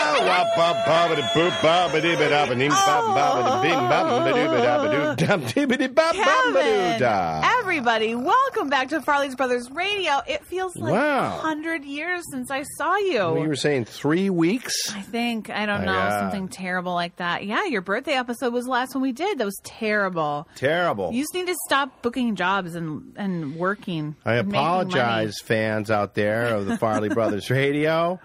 bob bobbity boop bobbity badabbity bob bobbity bing bobbity badabbity dum dibbity bob bobbity Kevin, da. everybody, welcome back to Farley's Brothers Radio. It feels like Wow. hundred years since I saw you. Well, You were saying three weeks? I think I don't Oh, know yeah. something terrible like that. Yeah, your birthday episode was the last one we did. That was terrible. Terrible. You just need to stop booking jobs and and working. I and making apologize, fans out there of the Farley Brothers Radio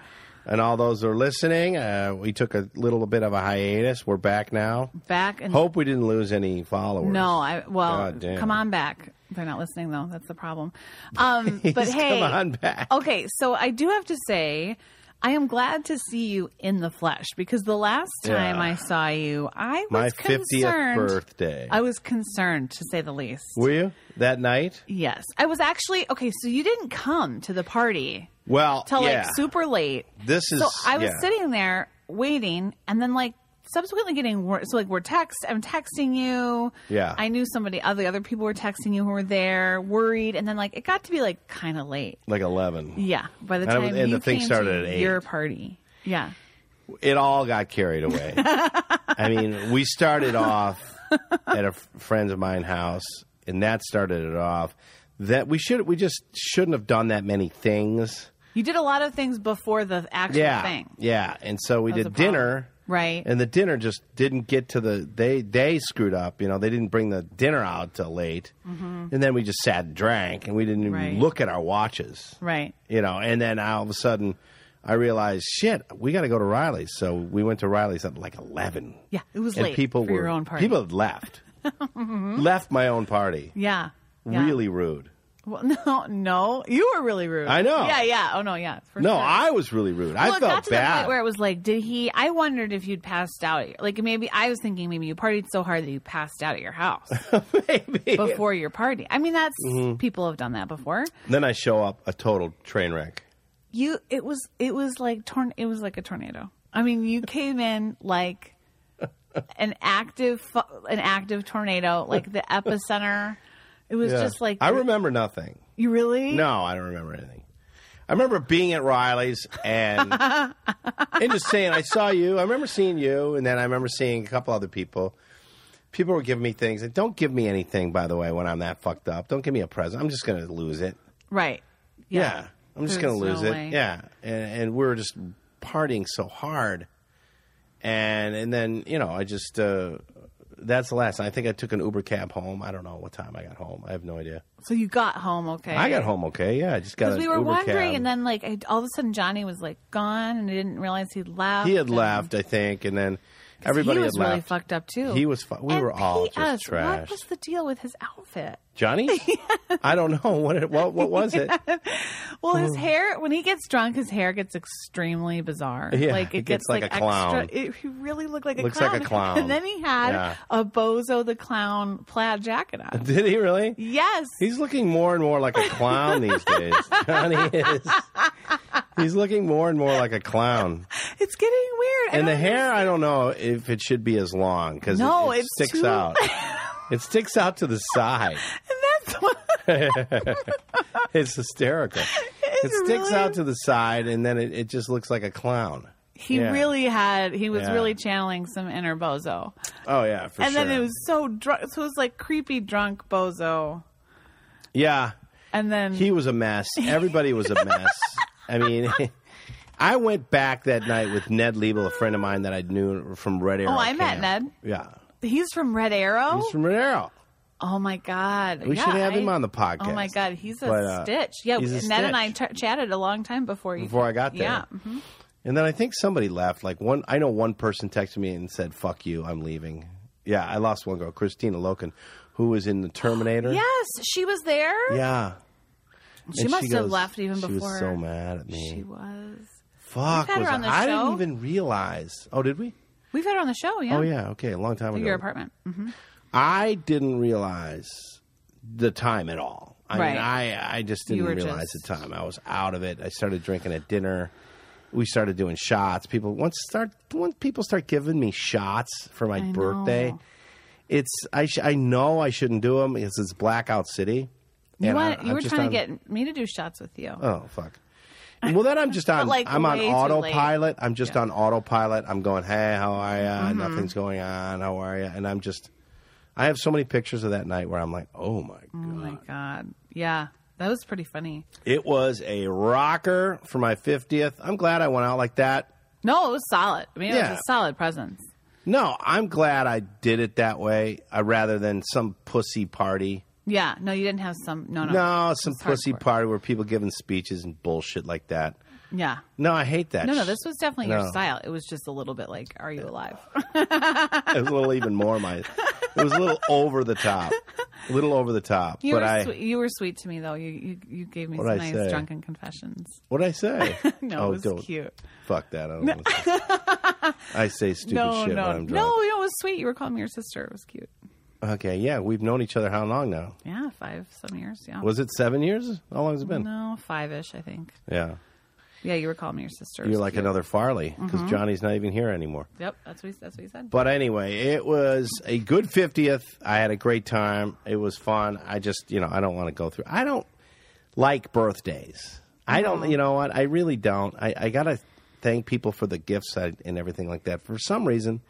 and all those that are listening. Uh, we took a little bit of a hiatus. We're back now. money. Back and Hope we didn't lose any followers. no, I well, God damn. come on back. They're not listening though. That's the problem. Um, but Just hey, come on back. Okay, so I do have to say, I am glad to see you in the flesh because the last time Yeah. I saw you, I was My concerned. fiftieth birthday. I was concerned to say the least. Were you that night? yes, I was actually okay. So you didn't come to the party Well, till yeah. like super late. This is so I was yeah. sitting there waiting, and then like subsequently getting wor- so like we're text. I'm texting you. Yeah. I knew somebody. Other other people were texting you who were there, worried, and then like it got to be like kind of late. like eleven. Yeah, by the And I time was- and you the thing came started to at eight. your party. Yeah. It all got carried away. I mean, we started off at a f- friend of mine house, and that started it off. That we should we just shouldn't have done that many things. You did a lot of things before the actual Yeah, thing. yeah. And so we That was did the problem. dinner. Right. And the dinner just didn't get to the they they screwed up. You know, they didn't bring the dinner out till late, and then we just sat and drank, and we didn't even Mm-hmm. Right. look at our watches. right. you know and then all of a sudden i realized shit we got to go to riley's so we went to riley's at like 11 Yeah, it was and late people for were your own party. people had left left my own party Yeah. yeah. really rude Well, no, no. You were really rude. I know. Yeah, yeah. Oh no, yeah. for no sure. i was really rude Well, i it got felt to the bad point where it was like, did he? I wondered if you'd passed out. Like maybe I was thinking maybe you partied so hard that you passed out at your house Maybe. Mm-hmm. before your party. I mean, that's people have done that before. then i show up a total train wreck you it was it was like torn it was like a tornado i mean you came in like an active fu- an active tornado like the epicenter it was Yeah. just like i remember nothing you really no i don't remember anything i remember being at riley's and and just saying i saw you i remember seeing you and then i remember seeing a couple other people people were giving me things. And don't give me anything, by the way, when I'm that fucked up. Don't give me a present. I'm just going to lose it. right Yeah. I'm just going to There's lose no it. way. Yeah. And, and we were just partying so hard. And and then, you know, I just, uh, that's the last. I think I took an Uber cab home. I don't know what time I got home. I have no idea. so you got home okay I got home okay. Yeah. I just got because an we were Uber wondering cab. and then like I, all of a sudden johnny was like gone and i didn't realize he'd left he had and left, I think. And then everybody he was had really left. fucked up too He was fu- we And were all just PS, trashed. what was the deal with his outfit Johnny? I don't know. What, it, what, what was it? Well, his hair when he gets drunk, his hair gets extremely bizarre. Yeah, like it, it gets like a extra- clown. it, he really looked like a Looks clown. like a clown. And then he had Yeah. a bozo the clown plaid jacket on. Did he really? yes, He's looking more and more like a clown these days. Johnny is. He's looking more and more like a clown. it's getting weird. I And the don't hair, I don't know if it should be as long because No, it, it it's sticks too- out. It sticks out to the side. know. That's what It's hysterical. It sticks really- out to the side, and then it, it just looks like a clown. he Yeah. really had. He was Yeah. really channeling some inner bozo. Oh yeah, for And sure. then it was so drunk. So it was like creepy drunk bozo. yeah. And then He was a mess. Everybody was a mess. I mean, I went back that night with Ned Liebel, a friend of mine that I knew from Red Arrow. Oh, I met Camp. Ned. Yeah, he's from Red Arrow. he's from Red Arrow. oh my god, We Yeah, should have him I- on the podcast. Oh my God, he's a But, uh, stitch. Yeah, Ned he's a and I stitch. t- chatted a long time before you. Before I got there. yeah, mhm. And then I think somebody left. Like one, I know one person texted me and said, "Fuck you, I'm leaving." Yeah, I lost one girl, Christina Loken, who was in the Terminator. yes, she was there. yeah. she And must have goes- left even She before was so mad at me. She was. Fuck, had her was on the I show. didn't even realize. Oh, did we? We've had her on the show. Yeah. Oh yeah, okay, a long time ago. Your apartment. Mhm. I didn't realize the time at all. I Right. mean, I I just didn't were realize just- the time. I was out of it. I started drinking at dinner. We started doing shots. People once start once people start giving me shots for my birthday. know. It's I sh- I know I shouldn't do them because it's blackout city. You, And I- want, you I'm were just trying on- to get me to do shots with you. oh fuck. Well, then I'm just on. like, I'm on way too autopilot. I'm just Yeah. Mm-hmm. on autopilot. I'm going, hey, how are you? Nothing's going on. How are you? And I'm just. I have so many pictures of that night where I'm like, oh my god, Oh my god. Yeah. That was pretty funny. it was a rocker for my fiftieth. I'm glad I went out like that. No, it was solid. I mean, it Yeah. was a solid presence. No, I'm glad I did it that way, uh, rather than some pussy party. Yeah. No, you didn't have some. No, no. No, some hardcore. pussy party where people giving speeches and bullshit like that. Yeah. No, I hate that. No, no. sh- This was definitely your No. style. It was just a little bit like, "Are you alive?" it was a little even more my. It was a little over the top, a little over the top. You but were I, sweet, you were sweet to me though. You you, you gave me some What'd I nice say? drunken confessions. what would I say? Oh, No, it was don't- cute. Fuck that. I don't. wanna say- I say stupid No, shit no, when I'm no, drunk. no. It was sweet. You were calling me your sister. It was cute. Okay, yeah, we've known each other how long now? Yeah, five some years. Yeah. Was it seven years? How long has it been? no five ish? I think. Yeah, Yeah, you were calling me your sister. It you're was like cute. another Farley Mm-hmm. because Johnny's not even here anymore. Yep, that's what he, that's what he said. But anyway, it was a good 50th. I had a great time. It was fun. I just, you know, I don't want to go through. I don't like birthdays. I don't, you know what? I really don't. I, I got to thank people for the gifts I, and everything like that. For some reason,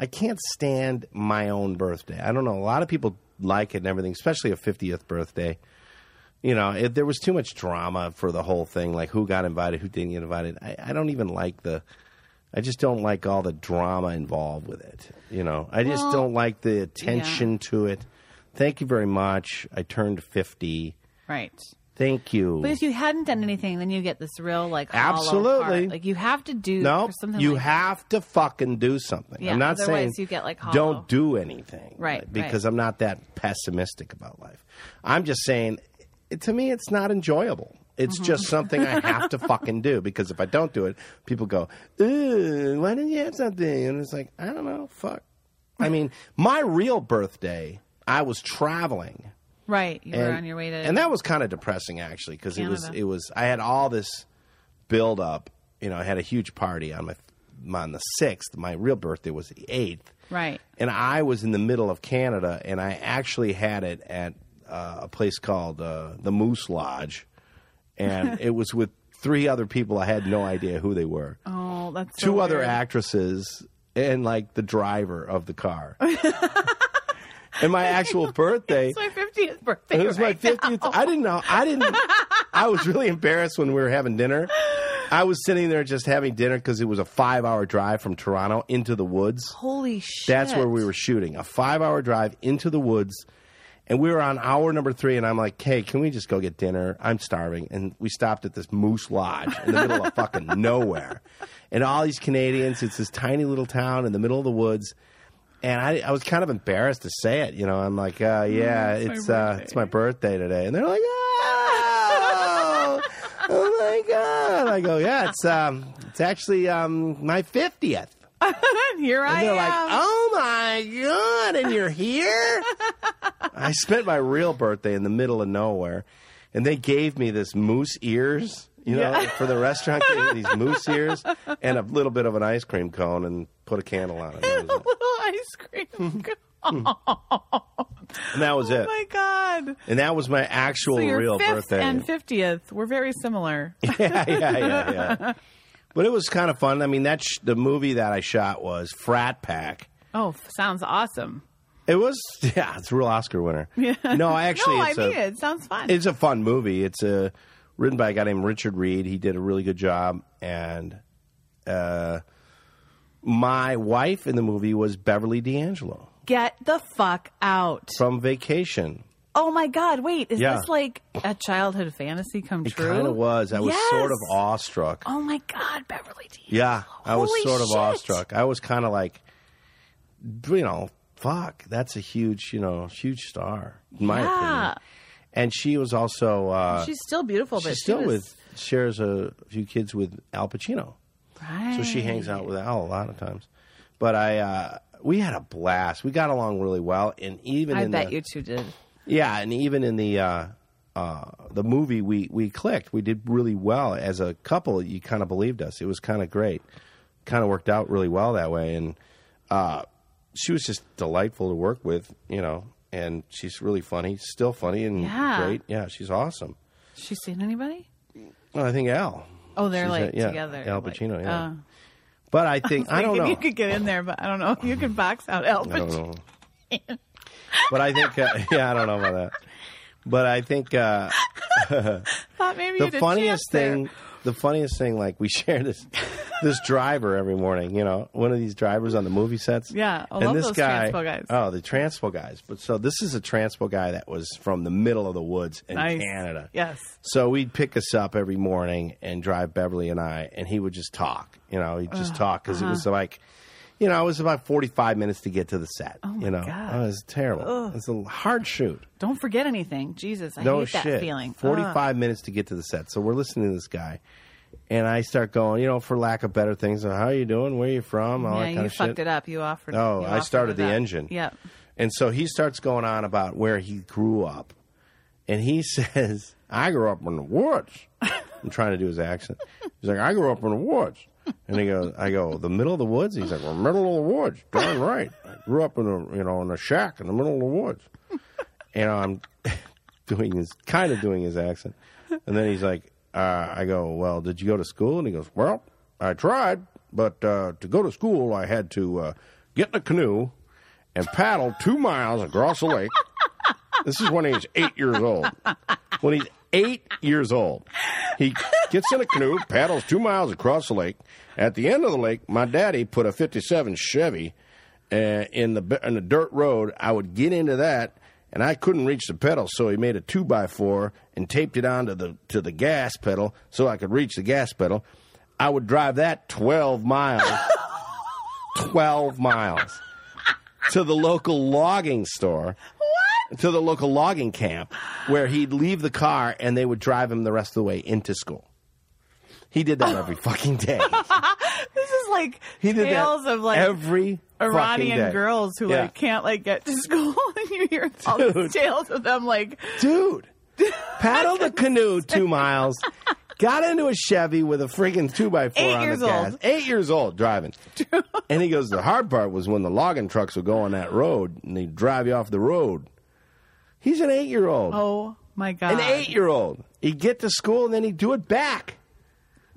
I can't stand my own birthday. I don't know. A lot of people like it and everything, especially a 50th birthday. You know, it, there was too much drama for the whole thing, like who got invited, who didn't get invited. I, I don't even like the. I just don't like all the drama involved with it. You know, I just Well, don't like the attention to it. Thank you very much. I turned 50. Right. Thank you. But if you hadn't done anything, then you get this real like hollow Absolutely. heart. Like you have to do no, for something. you like have to fucking do something. Yeah, I'm not otherwise saying you get, like, hollow. don't do anything, Right, right. Because I'm not that pessimistic about life. I'm just saying, it, to me, it's not enjoyable. It's Mm-hmm. just something I have to fucking do because if I don't do it, people go, "Ooh, why didn't you have something?" And it's like, I don't know, fuck. I mean, my real birthday, I was traveling right. You were on your way to. and that was kind of depressing actually because it was Canada. it was I had all this build up. You know, I had a huge party on my, my on the sixth. My real birthday was the eighth, right. and I was in the middle of Canada, and I actually had it at uh, a place called uh, the Moose Lodge, and it was with three other people. I had no idea who they were Oh, that's so two other weird. actresses and like the driver of the car. and my actual birthday. It's my fiftieth birthday. It was my right? fiftieth. I didn't know. I didn't. I was really embarrassed when we were having dinner. I was sitting there just having dinner because it was a five-hour drive from Toronto into the woods. Holy shit. That's where we were shooting. A five-hour drive into the woods, and we were on hour number three. And I'm like, "Hey, can we just go get dinner? I'm starving." And we stopped at this Moose Lodge in the middle of fucking nowhere, and all these Canadians. It's this tiny little town in the middle of the woods. And I, I was kind of embarrassed to say it, you know. I'm like, uh, yeah, Mm, it's my it's uh, birthday. it's my birthday today, and they're like, oh, oh my god! I go, yeah, it's um, it's actually um, my fiftieth. Here I um, And they're am. like, oh my God, and you're here? I spent my real birthday in the middle of nowhere, and they gave me this moose ears, you know, for the restaurant, gave me these moose ears and a little bit of an ice cream cone and put a candle on it. That was it. little ice cream. And that was oh it. my god! And that was my actual So your real fifth birthday. and fiftieth were very similar. yeah, yeah, yeah, yeah. But it was kind of fun. I mean, that sh- the movie that I shot was Frat Pack. oh, f- sounds awesome. It was, yeah, it's a real Oscar winner. No, actually, no, I it's a, mean it. It Sounds fun. it's a fun movie. It's uh, written by a guy named Richard Reed. He did a really good job, and uh, my wife in the movie was Beverly D'Angelo Get the fuck out. from Vacation. Oh my god! Wait, is Yeah. this like a childhood fantasy come It true? kind of was. I was Yes. sort of awestruck. Oh my god, Beverly D. Yeah, I was Holy sort of shit. awestruck. I was kind of like, you know, fuck, that's a huge, you know, huge star in my Yeah. opinion. And she was also uh, She's still beautiful, but she's still she was, with shares a few kids with Al Pacino. Right. So she hangs out with Al a lot of times. But I, uh, we had a blast. We got along really well, and even I in bet the, you two did. yeah, and even in the uh, uh, the movie, we we clicked. We did really well as a couple. You kind of believed us. It was kind of great. Kind of worked out really well that way, and uh, she was just delightful to work with. You know, and she's really funny, still funny and Yeah. great. Yeah, she's awesome. She seen anybody? Well, I think Al. Oh, they're She's like a- yeah, together. Al like, Pacino, yeah. uh, But I think I, don't thinking know. You could get in there, but I don't know if you can box out Al I don't Pacino. know. but I think, uh, yeah, I don't know about that. But I think uh, Thought maybe you the had a funniest chance there. thing, the funniest thing, like we share this this driver every morning. You know, one of these drivers on the movie sets. Yeah, I and love this those guy, transpo guys. oh, the transpo guys. But so this is a transpo guy that was from the middle of the woods in Nice. Canada. Yes. So we'd pick us up every morning and drive Beverly and I, and he would just talk. You know, he'd just talk 'cause talk because it was uh-huh. like, you know, it was about forty-five minutes to get to the set. you know, God. Oh, it was terrible. It was a hard shoot. Don't forget anything. Jesus, I No hate shit. that feeling. Ugh. Forty-five minutes to get to the set. So we're listening to this guy, and I start going, you know, for lack of better things, how are you doing? Where are you from? All that Yeah, kind you of fucked shit. it up. You offered. Oh, you I offered started it the up. engine. Yep. And so he starts going on about where he grew up. And he says, I grew up in the woods. I'm trying to do his accent. He's like, I grew up in the woods. And he goes, I go, the middle of the woods? He's like, well, middle of the woods. Darn right. I grew up in a, you know, in a shack in the middle of the woods. And um, I'm doing his, kind of doing his accent. And then he's like, uh, I go, well, did you go to school? And he goes, well, I tried, but uh, to go to school, I had to uh, get in a canoe and paddle two miles across a lake. This is when he's eight years old. When he's eight years old, he gets in a canoe, paddles two miles across the lake. At the end of the lake, my daddy put a '57 Chevy uh, in the in the dirt road. I would get into that, and I couldn't reach the pedal, so he made a two by four and taped it onto the to the gas pedal so I could reach the gas pedal. I would drive that 12 miles, 12 miles to the local logging store to the local logging camp where he'd leave the car and they would drive him the rest of the way into school. He did that Oh. every fucking day. This is like He did tales that of like every fucking Iranian day. girls who Yeah. like can't like get to school, and you hear all Dude. these tales of them like Dude, paddled the canoe two miles, got into a Chevy with a freaking two by four Eight on years the gas. old. Eight years old driving. and he goes, the hard part was when the logging trucks would go on that road and they'd drive you off the road. He's an eight year old. Oh my god! an eight year old. He'd get to school and then he'd do it back.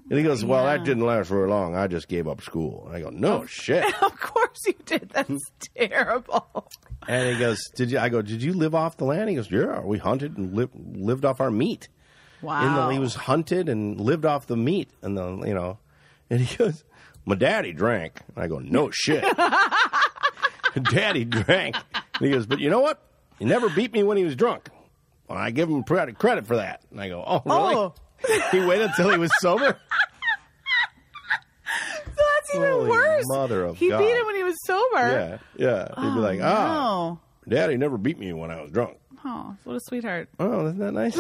And he goes, Well, that Yeah. didn't last very long. I just gave up school. And I go, No shit. Of course you did. That's terrible. and he goes, Did you I go, Did you live off the land? He goes, Yeah, we hunted and li- lived off our meat. In Wow. the, he was hunted and lived off the meat and the you know and he goes, My daddy drank. And I go, No shit. daddy drank. And he goes, But you know what? He never beat me when he was drunk. Well, I give him credit credit for that. And I go, Oh really? Oh. he waited until he was sober. That's even Holy worse. mother of he God. beat him when he was sober. Yeah, yeah. He'd be like, "Ah, Oh, Daddy never beat me when I was drunk." oh, what a sweetheart. Oh, isn't that nice?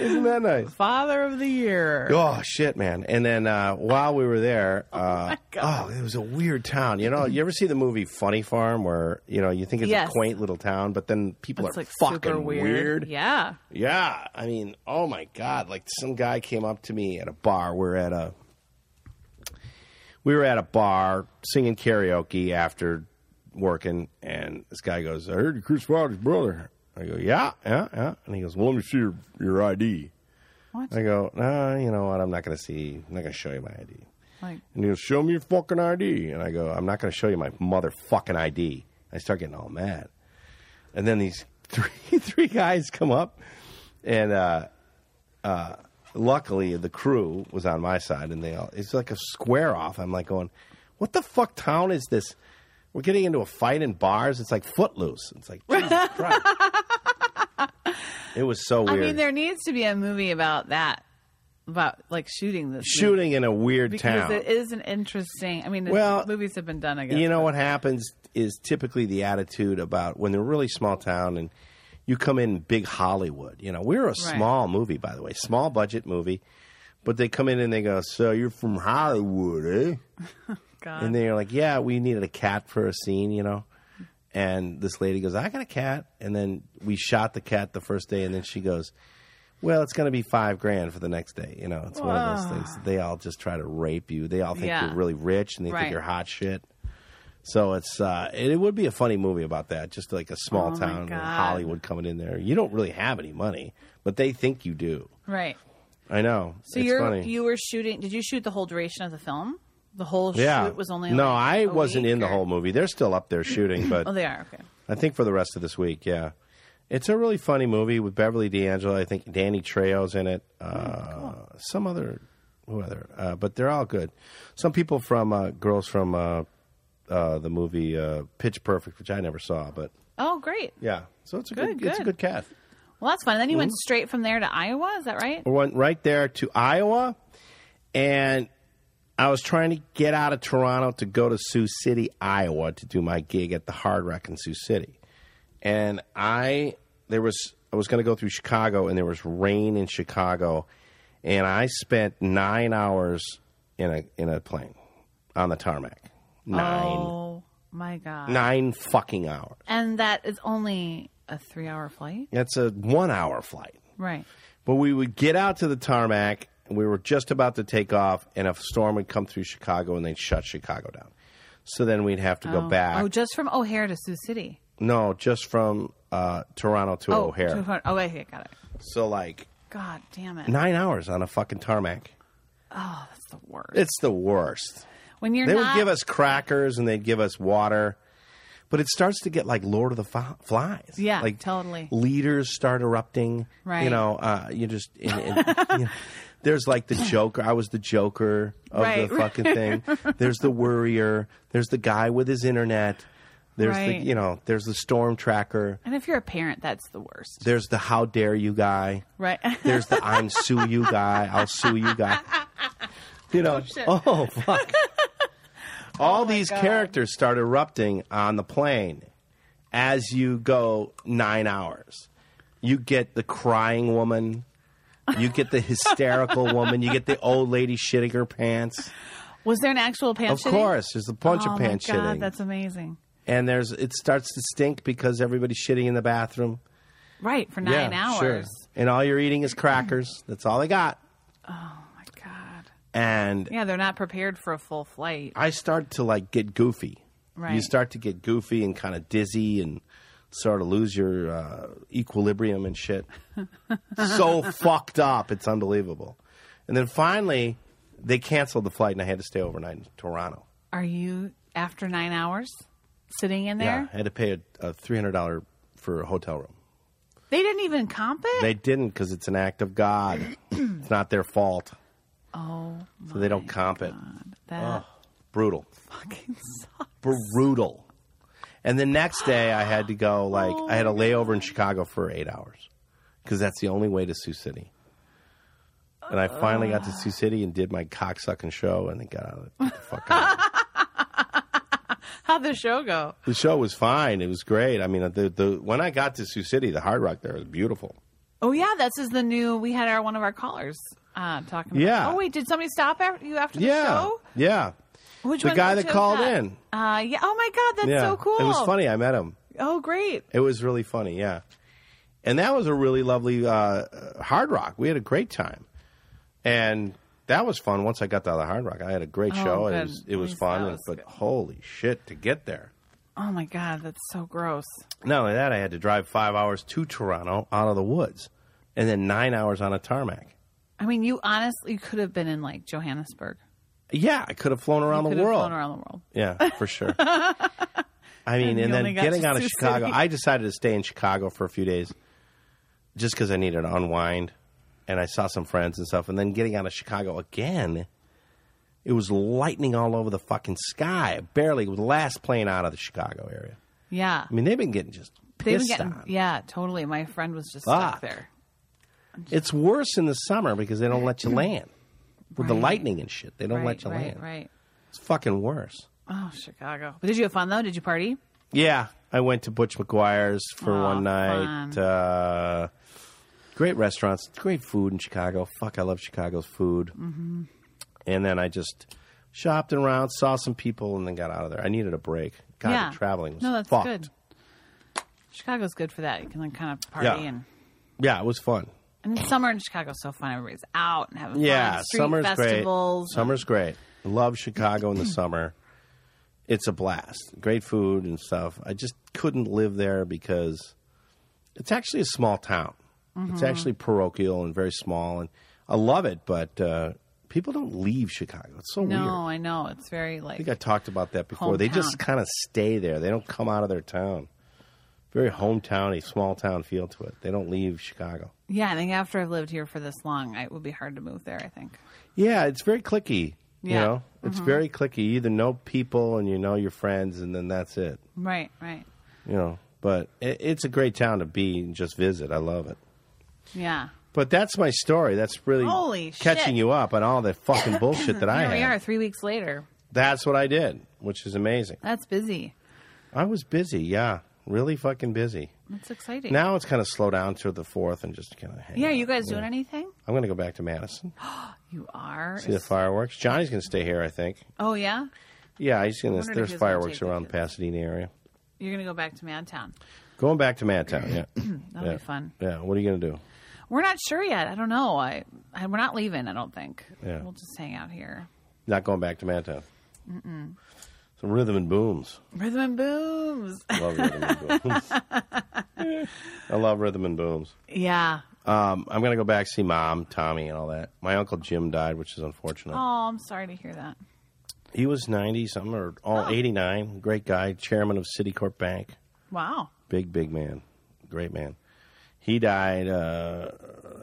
isn't that nice? Father of the year. Oh shit, man! And then uh, while we were there, uh, oh, God. it was a weird town. You know, you ever see the movie Funny Farm, where you know you think it's Yes. a quaint little town, but then people It's are like super fucking weird. Yeah. Yeah, I mean, oh my god! Like some guy came up to me at a bar. We're at a we were at a bar singing karaoke after working, and this guy goes, "I heard you Chris Farley's brother." I go, "Yeah, yeah, yeah," and he goes, "Well, let me see your, your ID." What? I go, "Nah, you know what? I'm not going to see. I'm not going to show you my ID." Like And he goes, Show me your fucking ID. And I go, I'm not going to show you my motherfucking ID. I start getting all mad. And then these three three guys come up, and uh, uh, luckily the crew was on my side, and they all it's like a square off. I'm like going, what the fuck town is this? We're getting into a fight in bars. It's like Footloose. It's like Jesus Christ. It was so I weird. mean, there needs to be a movie about that, about like shooting this movie. Shooting in a weird because town. it is an interesting. I mean, Well, well, movies have been done. I guess You know what happens is typically the attitude about when they're really small town and you come in big Hollywood. You know, we're a small movie, by the way, small budget movie, but they come in and they go, "So you're from Hollywood, eh?" God. And they're like, "Yeah, we needed a cat for a scene," you know. And this lady goes, "I got a cat," and then we shot the cat the first day, and then she goes. Well, it's going to be five grand for the next day. You know, it's one of those things. They all just try to rape you. They all think Yeah. you're really rich and they think Right. you're hot shit. So it's uh, it, it would be a funny movie about that, just like a small Oh, my town in God. Hollywood coming in there. You don't really have any money, but they think you do. right? I know. So it's you're funny. you were shooting. Did you shoot the whole duration of the film? The whole yeah. shoot was only no, like, I a wasn't week in the or- whole movie. They're still up there shooting, but Oh, they are okay. I think for the rest of this week, yeah. It's a really funny movie with Beverly D'Angelo. I think Danny Trejo's in it. Oh, Uh, Some other, who other? Uh, but they're all good. Some people from uh, girls from uh, uh, the movie uh, Pitch Perfect, which I never saw, but Oh, great. yeah. So it's a good, Good, it's a good good. cast. Well, that's fun. Then you went Mm-hmm. straight from there to Iowa. Is that right? went right there to Iowa, and I was trying to get out of Toronto to go to Sioux City, Iowa, to do my gig at the Hard Rock in Sioux City. And I there was I was going to go through Chicago, and there was rain in Chicago, and I spent nine hours in a in a plane on the tarmac. Nine, Oh my god. nine fucking hours. And that is only a three-hour flight, That's a one hour flight. right? But we would get out to the tarmac. We were just about to take off, and a storm would come through Chicago, and they'd shut Chicago down. So then we'd have to go oh. back. Oh, just from O'Hare to Sioux City. no, just from uh, Toronto to Oh, O'Hare. to O'Hare. Oh, I got it. so like God damn it. nine hours on a fucking tarmac. That's the worst. It's the worst. when you're They not would give us crackers and they'd give us water, but it starts to get like Lord of the Fi Flies. Yeah, like totally. Leaders start erupting. You Right. know, uh, you just and, and, you know, there's like the Joker. I was the Joker of Right, the right. fucking thing. There's the worrier. There's the guy with his internet. There's Right. the you know. There's the storm tracker. And if you're a parent, that's the worst, There's the how dare you guy. right? There's the I'm sue you guy. I'll sue you guy. You know, oh, fuck. All Oh, these characters start erupting on the plane as you go nine hours. You get the crying woman. You get the hysterical woman. You get the old lady shitting her pants. Was there an actual pants? Oh Of course, there's a bunch of pants my God, shitting, that's amazing. and there's it starts to stink because everybody's shitting in the bathroom. Right for nine hours. and all you're eating is crackers. That's all they got, Oh my God. and Yeah, they're not prepared for a full flight. I start to like get goofy. You Right. start to get goofy and kind of dizzy and sort of lose your uh, equilibrium and shit. so fucked up, it's unbelievable. And then finally, they canceled the flight and I had to stay overnight in Toronto. Are you after nine hours sitting in there? Yeah, I had to pay a, a three hundred dollar for a hotel room. They didn't even comp it. They didn't because it's an act of God. it's not their fault, oh, so they don't comp it. that Brutal. fucking sucks. brutal. And the next day, I had to go like I Oh, had a layover in Chicago for eight hours because that's the only way to Sioux City. And I finally got to Sioux City and did my cocksucking show, and then got out of the fuck out. How'd the show go? The show was fine; it was great. I mean, the, the when I got to Sioux City, the Hard Rock there was beautiful. Oh yeah, that's is the new. We had our one of our callers uh, talking. About, Yeah. Oh wait, did somebody stop after you after the Yeah, show? yeah, Which The one guy was that called that? in. Uh, yeah. Oh my God, that's yeah. so cool. It was funny. I met him. Oh great. It was really funny, yeah. And that was a really lovely uh, hard rock. We had a great time, and that was fun. Once I got out of the hard rock, I had a great Oh, show. It good. was it At was least fun, that and- was but good. holy shit to get there! Oh my god, that's so gross. Not only that, I had to drive five hours to Toronto out of the woods, and then nine hours on a tarmac. I mean, you honestly could have been in like Johannesburg. Yeah, I could have flown around could the have world. flown around the world. Yeah, for sure. I mean, And you and, then only got getting to out of Sioux Chicago, City. I decided to stay in Chicago for a few days just because I needed to unwind and I saw some friends and stuff. And then getting out of Chicago again, it was lightning all over the fucking sky. Barely it was the last plane out of the Chicago area. Yeah. I mean, they've been getting just They were pissed getting- on. yeah, totally. My friend was just Fuck. stuck there. It's worse in the summer because they don't let you land with the Right. lightning and shit. They don't right, let you right, land. right. It's fucking worse. Oh, Chicago. But did you have fun though? Did you party? Yeah, I went to Butch McGuire's for Aw, one night. fun. Uh, great restaurants, great food in Chicago. Fuck, I love Chicago's food. Mm-hmm. And then I just shopped around, saw some people, and then got out of there. I needed a break. God, yeah. the traveling was no, that's fucked. good. Chicago's good for that. You can like kind of party Yeah. and Yeah, it was fun. and summer in Chicago's so fun. Everybody's out and having Yeah, fun. Street summer's festivals. great. Summer's great. Love Chicago in the summer. It's a blast. Great food and stuff. I just couldn't live there Mm-hmm. because it's actually a small town. It's actually parochial and very small. And I love it, but uh, people don't leave Chicago. It's so No, weird. I I know it's very like think I talked about that before. They just Hometown. kind of stay there. They don't come out of their town. Very hometowny, small town feel to it. They don't leave Chicago. yeah. I think after I've lived here for this long, I- it would be hard to move there. I think. Yeah, it's very clicky. You Yeah. Mm-hmm. know, it's very clicky. You either know people and you know your friends, and then that's it. Right, right. You know, but it, it's a great town to be and just visit. I love it. Yeah. But that's my story. That's really Holy catching shit. you up on all the fucking bullshit that I Here had. we are, three weeks later. That's what I did, which is amazing. That's busy. I was busy, yeah, really fucking busy. That's exciting. Now it's kind of slow down to the fourth and just kind of hang. yeah, are out. you guys doing anything? I'm going to go back to Madison, You are. see the fireworks. Johnny's going to stay here, I think. oh yeah, Yeah, he's going wondered to. if There's he was gonna fireworks take the around the kids. Pasadena area. you're gonna go back to Madtown. Going back to Madtown, yeah, That'll Yeah. be fun. yeah. What are you going to do? We're not sure yet. I don't know. I, I we're not leaving. I don't think. Yeah. We'll just hang out here. Not going back to Madtown. Some rhythm and booms. Rhythm and booms. Love rhythm and booms. I love rhythm and booms. yeah. Um, I'm gonna go back see mom, Tommy, and all that. My uncle Jim died, which is unfortunate. Oh, I'm sorry to hear that. He was 90 something or Oh. all 89. Great guy, chairman of Citicorp Bank. Wow. Big, big man, great man. He died, uh,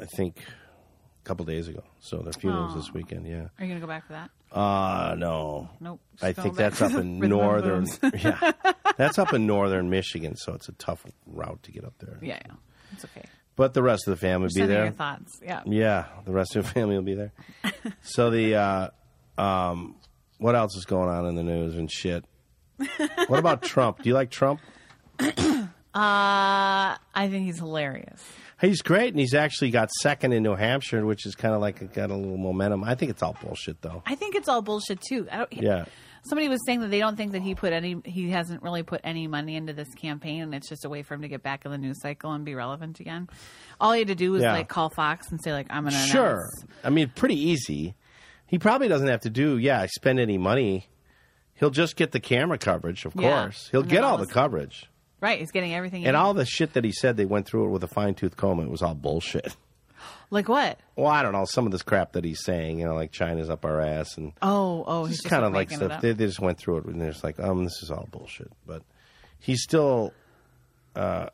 I think, a couple days ago. So their funeral's this weekend. Yeah. Are you gonna go back for that? Uh no. Nope. Just I go think back that's to up the in rhythm and northern. booms. yeah, that's up in northern Michigan, so it's a tough route to get up there. Yeah, yeah. It's okay. But the rest of the family would be Send me there. your thoughts. Yeah. Yeah, the rest of your family will be there. so the uh, um, what else is going on in the news and shit? What about Trump? Do you like Trump? Uh, I think he's hilarious. He's great, and he's actually got second in New Hampshire, which is kind of like got a little momentum. I think it's all bullshit, though. I think it's all bullshit too. I don't. Yeah, Somebody was saying that they don't think that he put any. He hasn't really put any money into this campaign, and it's just a way for him to get back in the news cycle and be relevant again. All he had to do was Yeah. like call Fox and say like, "I'm gonna sure. announce- I mean, pretty easy. He probably doesn't have to do yeah spend any money. He'll just get the camera coverage, of Yeah. course. He'll And get then all all the this- coverage Right? He's getting everything. he and needs. all the shit that he said. They went through it with a fine tooth comb. It was all bullshit. like what? Well, I don't know some of this crap that he's saying. You know, like China's up our ass, and Oh, oh, he's it's kind of like making it stuff. up. They, they just went through it, and it's like, um, this is all bullshit. But he's still, uh,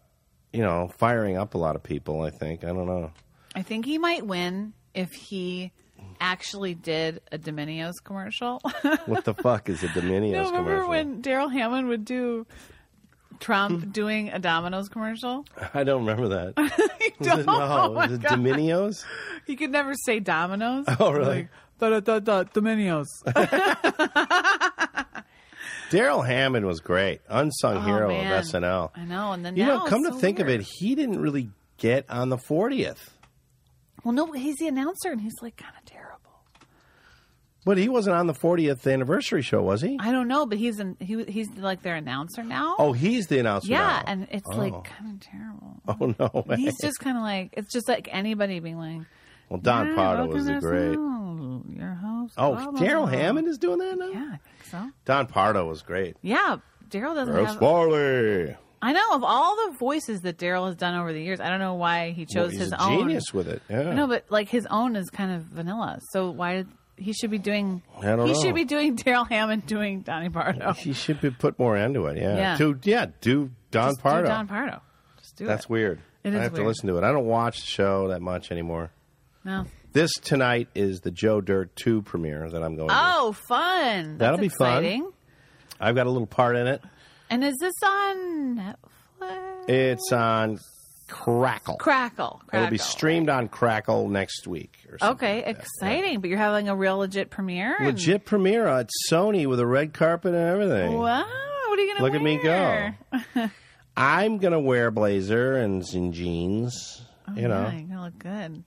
you know, firing up a lot of people. I think. I don't know. I think he might win if he actually did a Dominios commercial. What the fuck is a Dominios No, remember commercial? when Daryl Hammond would do Hmm. Trump doing a Domino's commercial? I don't remember that. Don't- oh no, my is it God. Dominios? He could never say Domino's. Oh, really? Da da da da Dominios. Daryl Hammond was great, unsung hero Oh, man. of SNL. I know, and then You now know, come it's to so think weird. of it, he didn't really get on the fortieth. Well, no, he's the announcer, and he's like kind of terrible. But he wasn't on the 40th anniversary show, was he? I don't know, but he's an, he he's like their announcer now. Oh, he's the announcer. yeah, now. and it's like kind of terrible. Oh no! way. He's just kind of like it's just like anybody being like. well, Don "Yeah, Pardo welcome was the to great. SNL, Your host. Oh, blah, blah, Daryl blah." Hammond is doing that now. Yeah, I think so. Don Pardo was great. Yeah, Daryl doesn't Gross have. Farley. I know of all the voices that Daryl has done over the years. I don't know why he Well, chose he's his a own. genius with it. Yeah. No, but like his own is kind of vanilla. So why did he should be doing? I don't he know. should be doing Daryl Hammond doing Donnie Pardo. he should be put more into it. Yeah. Yeah. Do yeah. Do Don Just do Pardo. Don Pardo. Just do That's it. weird. It I is have to weird. listen to it. I don't watch the show that much anymore. No. This tonight is the Joe Dirt two premiere that I'm going. to. Oh, fun! That's That'll be fun. exciting. I've got a little part in it. And is this on Netflix? It's on Crackle. Crackle. Crackle. It'll be streamed on Crackle next week. Or something Okay, like that. exciting! But you're having a real legit premiere. and- Legit premiere at Sony with a red carpet and everything. Wow! What are you gonna Look at me go. wear? I'm gonna wear a blazer and some jeans. you know, Yeah, you're gonna look good.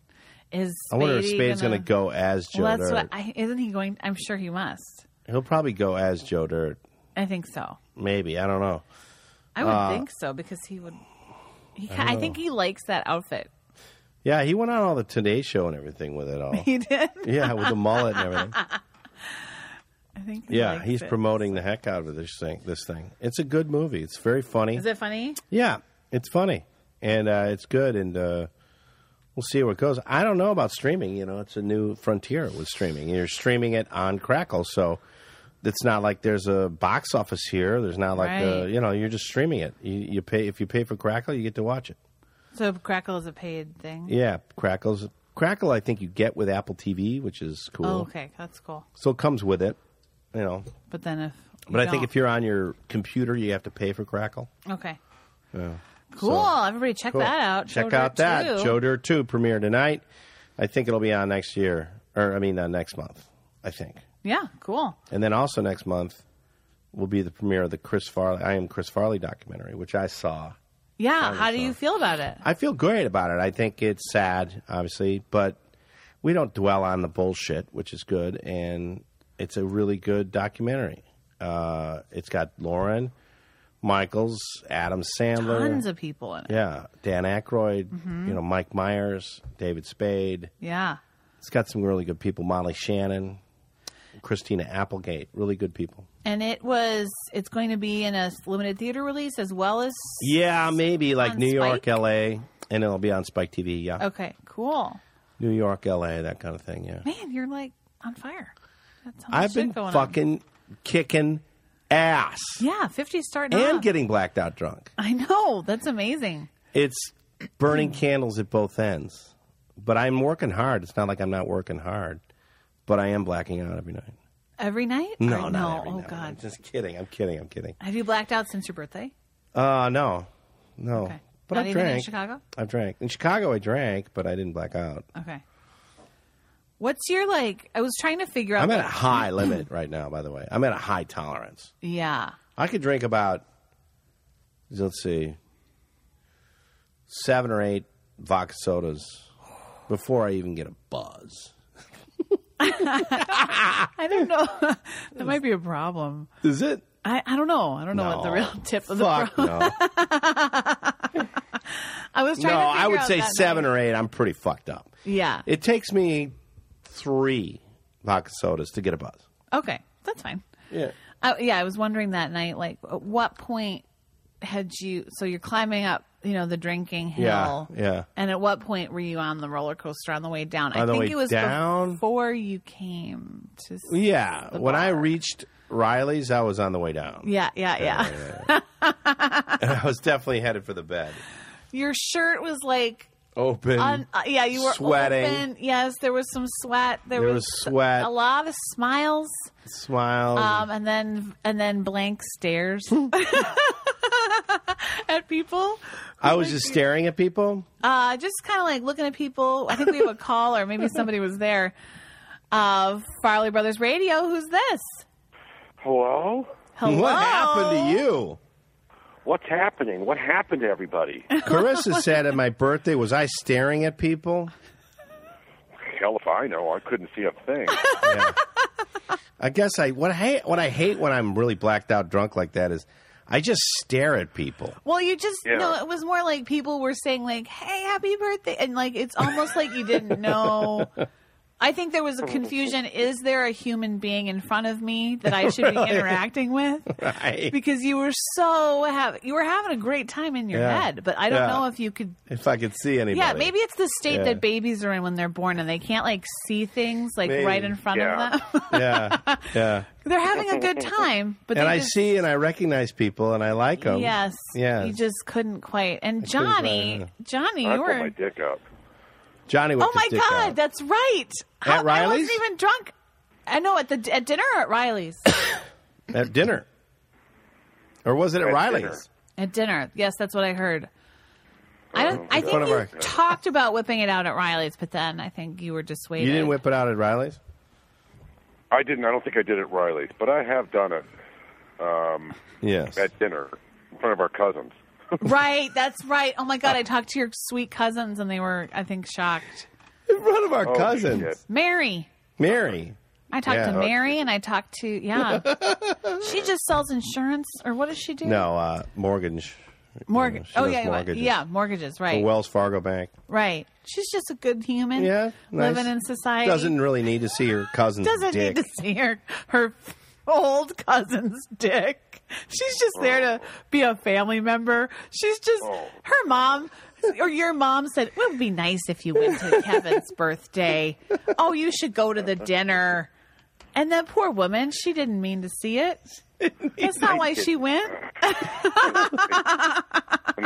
Is I wonder if Spade's gonna, gonna go as Joe Well, that's Dirt. what. I, isn't he going? I'm sure he must. He'll probably go as Joe Dirt. I think so. Maybe I don't know. I would Uh, think so because he would. He, ki- I, think he likes that outfit. Yeah, he went on all the Today Show and everything with it all. He did. yeah, with the mullet and everything. I think. He Yeah, likes he's it. promoting the heck out of this thing. This thing. It's a good movie. It's very funny. Is it funny? Yeah, it's funny and uh, it's good. And uh, We'll see where it goes. I don't know about streaming. You know, it's a new frontier with streaming. You're streaming it on Crackle, so it's not like there's a box office here. There's not like a, Right. you know, you're just streaming it. You, you pay if you pay for Crackle, you get to watch it. So Crackle is a paid thing. Yeah, Crackle's Crackle. I think you get with Apple TV, which is cool. Oh, okay, that's cool. So it comes with it, you know. But then if you But I think don't- if you're on your computer, you have to pay for Crackle. okay, cool. so- Everybody, check Cool. that out. Check Joe out Dirt that too. Joe Dirt Two premiere tonight. I think it'll be on next year, or I mean uh, next month. I think, Yeah, cool. and then also next month will be the premiere of the Chris Farley. I am Chris Farley documentary, which I saw. Yeah, how was do you fun. feel about it? I feel great about it. I think it's sad, obviously, but we don't dwell on the bullshit, which is good, and it's a really good documentary. Uh, it's got Lauren Michaels, Adam Sandler, Tons of Mm-hmm. people in it. yeah, Dan Aykroyd, you know, Mike Myers, David Spade. Yeah. It's got some really good people. Molly Shannon, Christina Applegate, really good people. And it was it's going to be in a limited theater release as well as Yeah, maybe like On New Spike? York, Oh. L.A., and it'll be on Spike TV. Yeah, Okay, cool. New York, L.A., that kind of thing. Yeah, Man, you're like on fire. That's how much I've shit been going on. fucking kicking ass Yeah, 50 starting and off. getting blacked out drunk. I know. That's amazing. It's Hmm. burning candles at both ends, but I'm working hard. It's not like I'm not working hard, but I am blacking out every night. Every night? No, Or- not no. every oh night. I'm god. just kidding. I'm kidding. I'm kidding. Have you blacked out since your birthday? Uh, no, no. Okay. But Not I even drank. in Chicago? I drank in Chicago. I drank, but I didn't black out. Okay. What's your like I was trying to figure out I'm at a what- high limit right now. By the way, I'm at a high tolerance. Yeah. I could drink about, let's see, seven or eight vodka sodas before I even get a buzz. I don't know. that might be a problem. Is it? I, I don't know. I don't know what the No. real tip of the Fuck problem. no. I was trying no, to figure I would out say that seven night. or eight. I'm pretty fucked up. Yeah. It takes me three vodka sodas to get a buzz. Okay, that's fine. Yeah. I, yeah, I was wondering that night, like, at what point had you? So you're climbing up, you know, the drinking Yeah, hill. yeah. And at what point were you on the roller coaster on the way down? I On the think way it was down? before you came to. s- Yeah. When I bar. reached Riley's, I was on the way down. Yeah, yeah, yeah. And I was definitely headed for the bed. Your shirt was like, Open. un, uh, yeah, you were Mm. Sweating. open. Yes, there was some sweat. There, There was, was sweat. A lot of smiles. smiles. Um, and then and then blank stares at people. I was just staring at people. Uh, just kind of like looking at people. I think we have a call, or maybe somebody was there. Of Farley Brothers Radio. Who's this? Hello? Hello. What happened to you? What's happening? What happened to everybody? Carissa said at my birthday, was I staring at people? Hell if I know. I couldn't see a thing. Yeah. I guess I what I hate what I hate when I'm really blacked out drunk like that is I just stare at people. Well, you just Yeah. no. It was more like people were saying like, "Hey, happy birthday," and like it's almost like you didn't know. I think there was a confusion. Is there a human being in front of me that I should be interacting with? Right. Because you were so ha- you were having a great time in your Yeah. head, but I don't Yeah. know if you could If I could see anybody. Yeah, maybe it's the state Yeah. that babies are in when they're born and they can't like see things like Maybe. right in front Yeah. of them. Yeah. Yeah. they're having a good time, but And they I just, see and I recognize people and I like them. Yes, Yeah. You just couldn't quite. And couldn't quite, Johnny, yeah. Johnny, I you put my were. dick up. Johnny with Oh my dick God, out. that's right. At How- I Riley's? wasn't even drunk. I know at the at dinner or at Riley's. at dinner. Or was it at, At Riley's? dinner. at dinner, yes, that's what I heard. I Oh, don't. I One think of you our- talked about whipping it out at Riley's, but then I think you were dissuaded. You didn't whip it out at Riley's? I didn't. I don't think I did it Riley's, but I have done it Yes. at dinner in front of our cousins. Right, that's right. Oh my god, I talked to your sweet cousins and they were, I think, shocked. In front of our Oh, cousins. shit. Mary. Mary. I talked Yeah. to Mary and I talked to yeah. she just sells insurance or what does she do? No, uh, mortgage. Mortgage. She Oh does yeah, mortgages. mortgages. yeah, mortgages, right. Wells Fargo Bank. right. She's just a good human. Yeah, nice. Living in society. Doesn't really need to see your cousin's doesn't dick. need to see her her old cousin's Oh. dick. She's just there to be a family member. She's just Oh. her mom or your mom said it would be nice if you went to Kevin's birthday. Oh, you should go to the dinner. And that poor woman, she didn't mean to see it. That's not why she went. It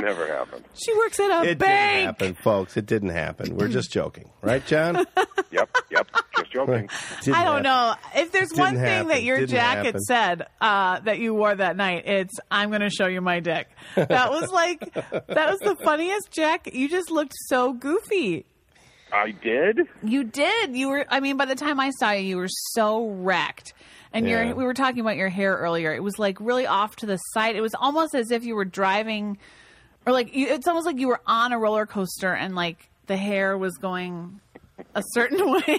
never happened. She works at a It didn't bank. happen, folks. It didn't happen. We're just joking, right, John? Yep, yep. Just joking. Didn't I happen. don't know. If there's Didn't one thing happen. that your Didn't jacket happen. said uh, that you wore that night, it's "I'm going to show you my dick." That was like that was the funniest jacket. You just looked so goofy. I did. You did. You were. I mean, by the time I saw you, you were so wrecked. And Yeah. your we were talking about your hair earlier. It was like really off to the side. It was almost as if you were driving, or like you, it's almost like you were on a roller coaster and like the hair was going a certain way.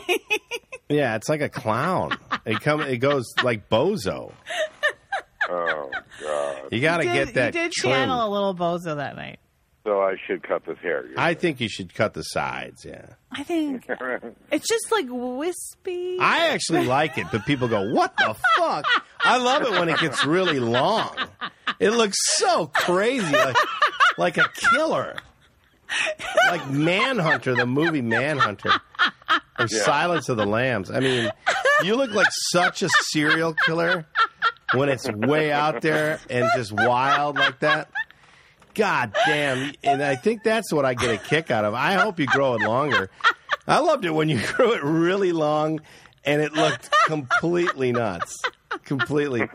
Yeah, it's like a clown. It come, it goes like bozo. Oh God. You got to You did- get that. You did trim. channel a little bozo that night. So I should cut this hair. You're I think you should cut the sides. Yeah, I think it's just like wispy. I actually like it, but people go, "What the fuck?" I love it when it gets really long. It looks so crazy, like, like a killer, like Manhunter, the movie Manhunter, or Silence of the Lambs. I mean, you look like such a serial killer when it's way out there and just wild like that. God damn. And I think that's what I get a kick out of. I hope you grow it longer. I loved it when you grew it really long and it looked completely nuts. Completely. I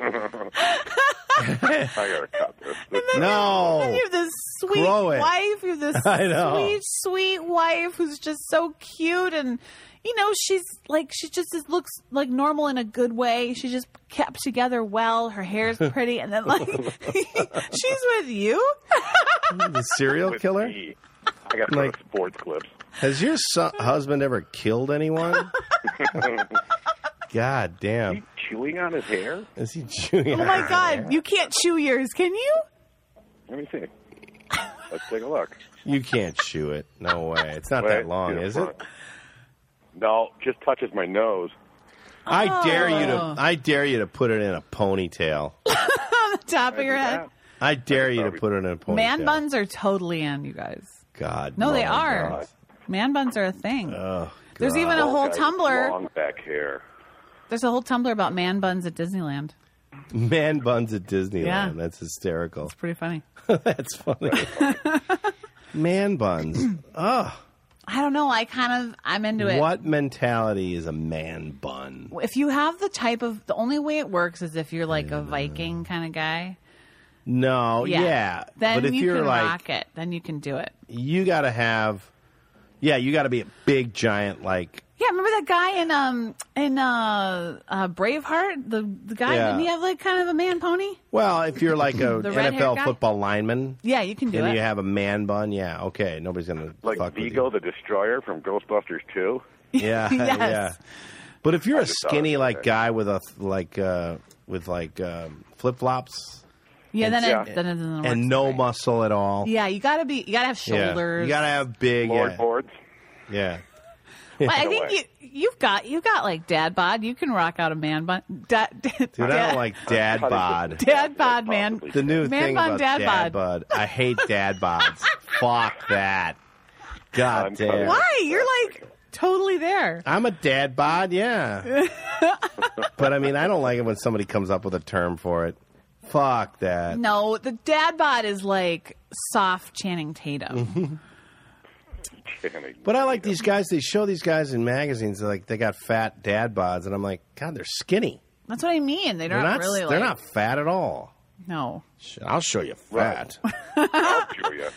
gotta cut this. This- No. you have this sweet Grow it. wife. You have this I know. sweet, sweet wife who's just so cute, and you know she's like she just is- looks like normal in a good way. She just kept together well. Her hair's pretty, and then like she's with you. The serial with killer? me. I got Like- like, sports clips. Has your son- husband ever killed anyone? God damn. Chewing on his hair. Is he chewing? Oh my god, you can't chew yours, can you? Let me see. Let's take a look. You can't chew it. No way. It's not Wait, that long, to the is it? front. No, just touches my nose. I dare you Oh. to I dare you to put it in a ponytail. Top of your Yeah. head. I dare you to put it in a ponytail. Man buns are totally in, you guys. God. oh No, they my are. God. Man buns are a thing. Oh, There's even a All whole guys with tumbler. Long back hair. There's a whole Tumblr about man buns at Disneyland. man buns at Disneyland. Yeah. That's hysterical. It's pretty funny. That's funny. man buns. I don't know. I kind of I'm into it. what mentality is a man bun? If you have the type of the only way it works is if you're like Mm. a Viking kind of guy. No, yeah. Then but if you are can like rock it. Then you can do it. you got to have Yeah, you got to be a big giant like Yeah, remember that guy in um in uh, uh Braveheart? The the guy Yeah. didn't he have like kind of a man pony? well, if you're like a The red-haired NFL guy? football lineman Yeah, you can do and it. you have a man bun, yeah, okay, nobody's going to Like fuck with Vigo you. the Destroyer from Ghostbusters 2. Yeah, Yes. yeah. But if you're a just thought it skinny was like okay. guy with a like uh with like um, flip-flops yeah, then Yeah. it then it doesn't work. and so no great. muscle at all. Yeah, you gotta be you gotta have Yeah. shoulders. You gotta have big. Lord yeah. boards. yeah. But I think you away. you've got you've got like dad bod. You can rock out a man bun. Da, da, Dude, I don't like dad bod. Dad bod, man. The new Man thing bod, about dad dad, bod. I hate dad bods. Fuck that. God I'm damn. sorry. Why? You're like totally there. I'm a dad bod, yeah. but I mean, I don't like it when somebody comes up with a term for it. Fuck that. No, the dad bod is like soft Channing Mm-hmm. Tatum. But I like these guys. They show these guys in magazines. They're like they got fat dad bods, and I'm like, God, they're skinny. That's what I mean. They They're, don't not. really. they're like, not fat at all. No. Shit, I'll show you Right. fat. Julia.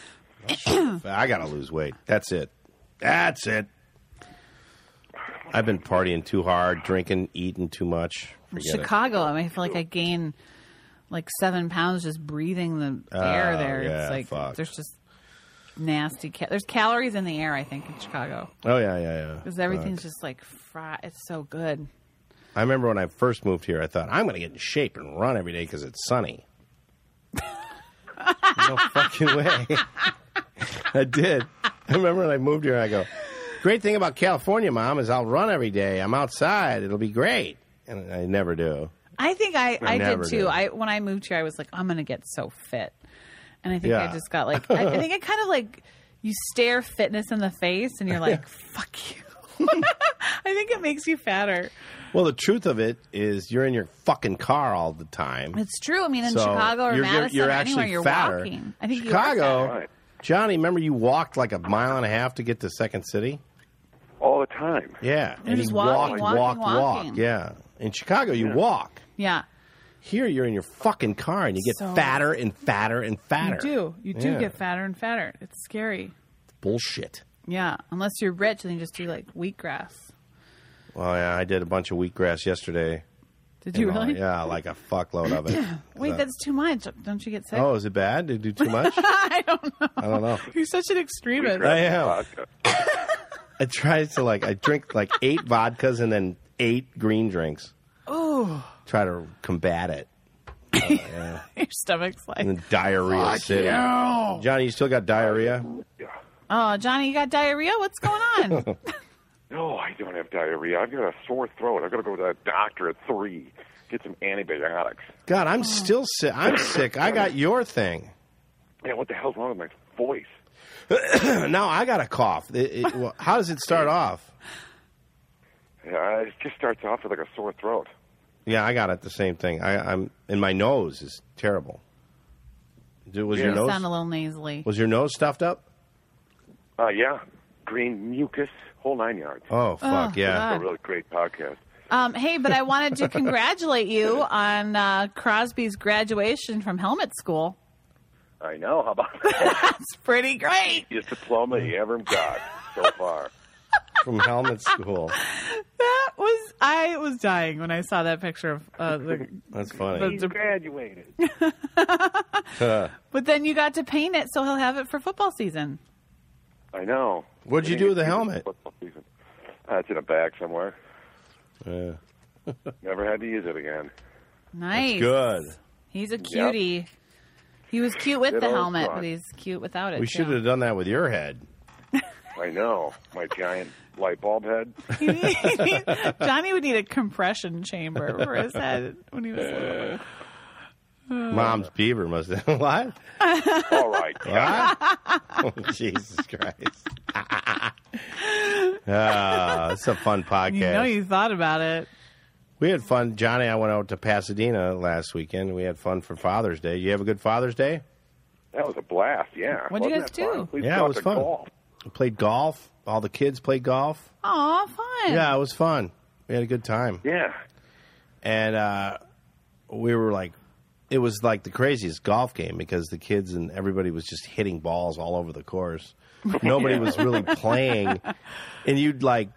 I gotta lose weight. That's it. That's it. I've been partying too hard, drinking, eating too much. Forget Chicago. I, mean, I feel like I gain like seven pounds just breathing the air there. Oh, yeah, it's like fuck. there's just nasty. Ca- there's calories in the air. I think in Chicago it. Oh yeah, yeah, Uh, yeah. because everything's just like fried. It's so good. I remember when I first moved here, I thought I'm gonna get in shape and run every day because it's sunny. no fucking way. I did. I remember when I moved here, I go. Great thing about California, mom, is I'll run every day. I'm outside. It'll be great, and I never do. I think I, I did never too. do. I when I moved here, I was like, I'm gonna get so fit, and I think Yeah. I just got like, I, I think I kind of like you stare fitness in the face and you're like, fuck you. I think it makes you fatter. Well, the truth of it is, you're in your fucking car all the time. It's true. I mean, in So, Chicago or you're- you're- Madison you're or actually anywhere, you're fatter. walking. I think you are Chicago, Right. Johnny. Remember, you walked like a mile and a half to get to Second City. all the time. Yeah, and just you walking, walk, walk, walking, walking. walk. Yeah, in Chicago, you walk. Yeah. Here, you're in your fucking car, and you get So- fatter and fatter and fatter. You do. You do Yeah. get fatter and fatter. It's scary. bullshit. Yeah. Unless you're rich and you just do like wheatgrass. Well, Oh, yeah, I did a bunch of wheatgrass yesterday. Did you And, uh, really? Yeah, like a fuckload of it. Wait, Uh, that's too much. Don't you get sick? Oh, is it bad? Did it do too much? I don't know. I don't know. You're such an extremist. I am. I tried to like I drink like eight vodkas and then eight green drinks. Oh. Try to combat it. Your stomach's like, And then diarrhea city. Johnny, you still got diarrhea? Yeah. oh, Johnny, you got diarrhea? What's going on? No, I don't have diarrhea. I've got a sore throat. I've got to go to the doctor at three. Get some antibiotics. God, I'm still sick. I'm sick. I got your thing. Yeah, what the hell's wrong with my voice? now I got a cough. It- it- well, how does it start off? Yeah, it just starts off with like a sore throat. Yeah, I got it. The same thing. I, I'm and my nose is terrible. Dude, was you your sound a nose little nasally. was your nose stuffed up? Uh, yeah, green mucus, whole nine yards. Oh fuck yeah. God. a really great podcast. Um, hey, but I wanted to congratulate you on uh, Crosby's graduation from helmet school. I know. How about that? That's pretty great. Biggest diploma you ever got so far. From helmet school. That was I was dying when I saw that picture of uh, the. That's funny. He's graduated. But then you got to paint it, so he'll have it for football season. I know. What'd you do with the helmet? Football season. Uh, it's in a bag somewhere. Yeah. Never had to use it again. Nice. Good. He's a cutie. He was cute with Good the old helmet, Scott. but he's cute without it. We too. should have done that with your head. I know. My giant light bulb head. Johnny would need a compression chamber for his head when he was little. Oh. Mom's beaver must have. What? All right. What? Oh, Jesus Christ. Ah, it's a fun podcast. You know, you thought about it. we had fun. Johnny, I went out to Pasadena last weekend. We had fun for Father's Day. You have a good Father's Day? That was a blast. Yeah. What'd you Wasn't guys that do? fun? We Yeah, it dropped was a fun. golf. We played golf. All the kids played golf. Aw, fun. Yeah, it was fun. We had a good time. Yeah. and uh, we were like, it was like the craziest golf game because the kids and everybody was just hitting balls all over the course. Nobody was really playing, and you'd like,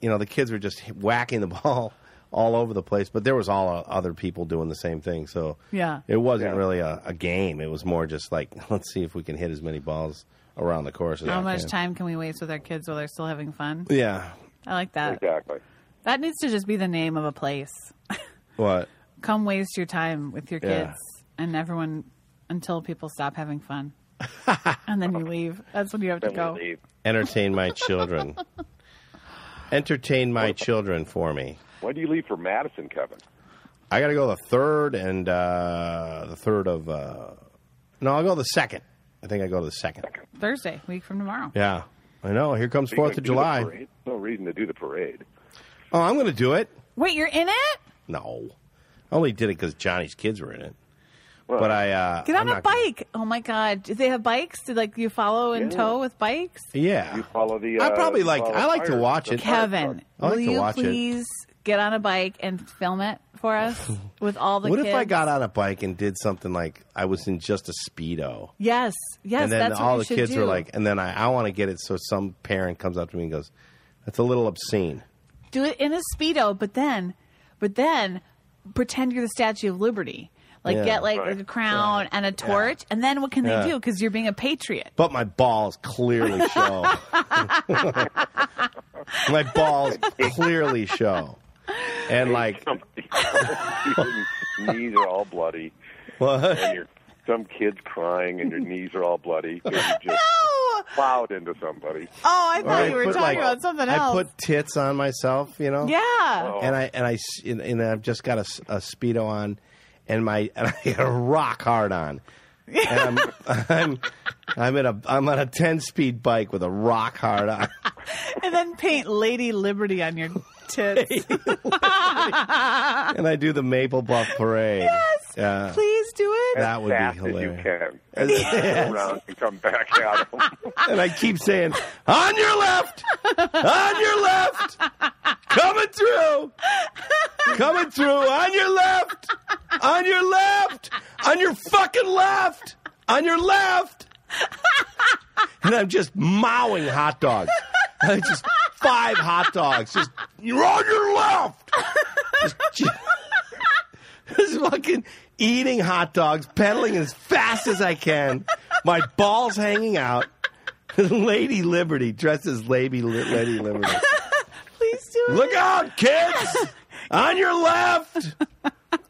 you know, the kids were just whacking the ball all over the place. But there was all uh, other people doing the same thing, so Yeah. it wasn't Yeah. really a, a game. It was more just like, let's see if we can hit as many balls around the course. as How we much can. time can we waste with our kids while they're still having fun? Yeah. I like that. Exactly. That needs to just be the name of a place. What? Come waste your time with your Yeah. kids and everyone until people stop having fun. and then you leave. That's when you have to Then go. we leave. Entertain my children. Entertain my children for me. When do you leave for Madison, Kevin? I got to go the third and uh, the third of. Uh, no, I'll go the second. I think I go to the second. Thursday, week from tomorrow. Yeah, I know. Here comes Fourth You of gonna July. do the parade? No reason to do the parade. Oh, I'm going to do it. Wait, you're in it? No, I only did it because Johnny's kids were in it. Well, But I uh, Get on I'm a not gonna- bike. Oh my God. Do they have bikes? Did like you follow in Yeah. tow with bikes? yeah, You follow the. Uh, I probably you like- follow I like to fire- watch it. the fire Kevin, truck. I like will to you watch it. please get on a bike and film it for us with all the What kids? if I got on a bike and did something like I was in just a speedo, Yes, yes, and then that's all what the you should kids do. were like, and then I, I want to get it so some parent comes up to me and goes, "That's a little obscene." do it in a speedo, but then, but then, pretend you're the Statue of Liberty. Like Yeah. get like Right. a crown and a torch, and then what can Yeah. they do? Because you're being a patriot. but my balls clearly show. my balls clearly show. And like, your knees are all bloody, what? and your some kids crying, and your knees are all bloody. And you just Oh, plowed into somebody. oh! I thought I you were put, talking like- about something I else. put Oh. tits on myself, you know. yeah. And I and I s- and, and I've just got a, s- a speedo on, and my and I got a rock hard on, and I'm, I'm, I'm in a, I'm on a 10 speed bike with a rock hard on. and then paint Lady Liberty on your tits. and I do the Maple Buff Parade. Yes. Yeah. Please do it. That would fast be hilarious. as you can. Go around and come back at 'em. and I keep saying, on your left, on your left, coming through, coming through, on your left, on your left, on your fucking left, on your left. And I'm just mowing hot dogs. I just five hot dogs. Just you're on your left. Just, just fucking eating hot dogs, pedaling as fast as I can. My balls hanging out. Lady Liberty dressed as Lady, Li- Lady Liberty. Please do it. Look out, kids! On your left!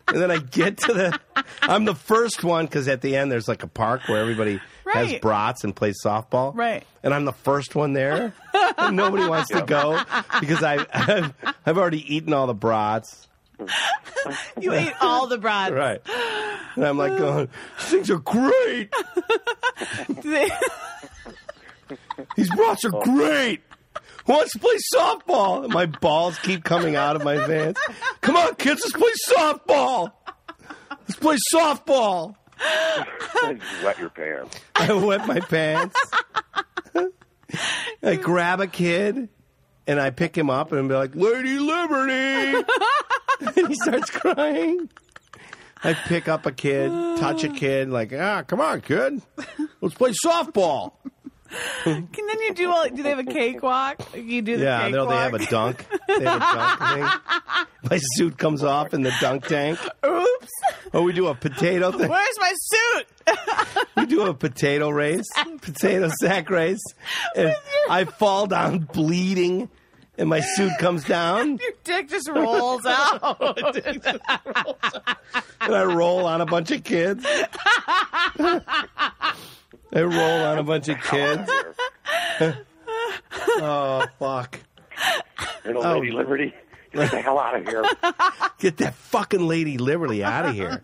And then I get to the. I'm the first one because at the end there's like a park where everybody has Right. brats and plays softball. Right. And I'm the first one there. And nobody wants to go because I've, I've, I've already eaten all the brats. You ate all the brats. Right. And I'm like going, these things are great! These brats are great. Who wants to play softball? And my balls keep coming out of my pants. Come on, kids, let's play softball. Let's play softball. Just Wet your pants. I wet my pants. I grab a kid and I pick him up and be like, Lady Liberty. and he starts crying. I pick up a kid, touch a kid, like, ah, come on, kid. Let's play softball. Can then you do all? Do they have a cakewalk? You do the Yeah, they, cakewalk. they have a dunk. They have a dunk thing. My suit comes off in the dunk tank. Oops. Or we do a potato thing. Where's my suit? We do a potato race, potato sack race. And I fall down bleeding, and my suit comes down, Your dick just rolls out. and I roll on a bunch of kids. I roll on a bunch of kids. Oh, fuck. Little Oh. Lady Liberty, get the hell out of here. get that fucking lady liberty out of here.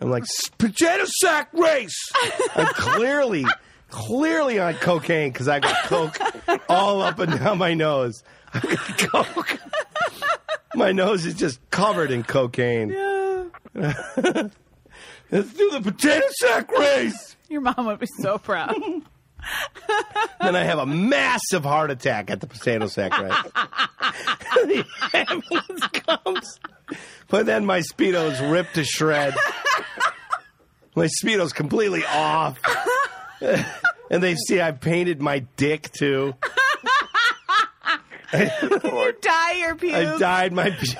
I'm like, "S- potato sack race. I'm clearly, clearly on cocaine because I got coke all up and down my nose. I got coke. My nose is just covered in cocaine. Let's do the potato sack race. Your mom would be so proud. Then I have a massive heart attack at the potato sack race. the ambulance comes. But then my Speedo is ripped to shreds. My Speedo's completely off. and they see I painted my dick too. Lord, Dye your I pubes. dyed my. pu-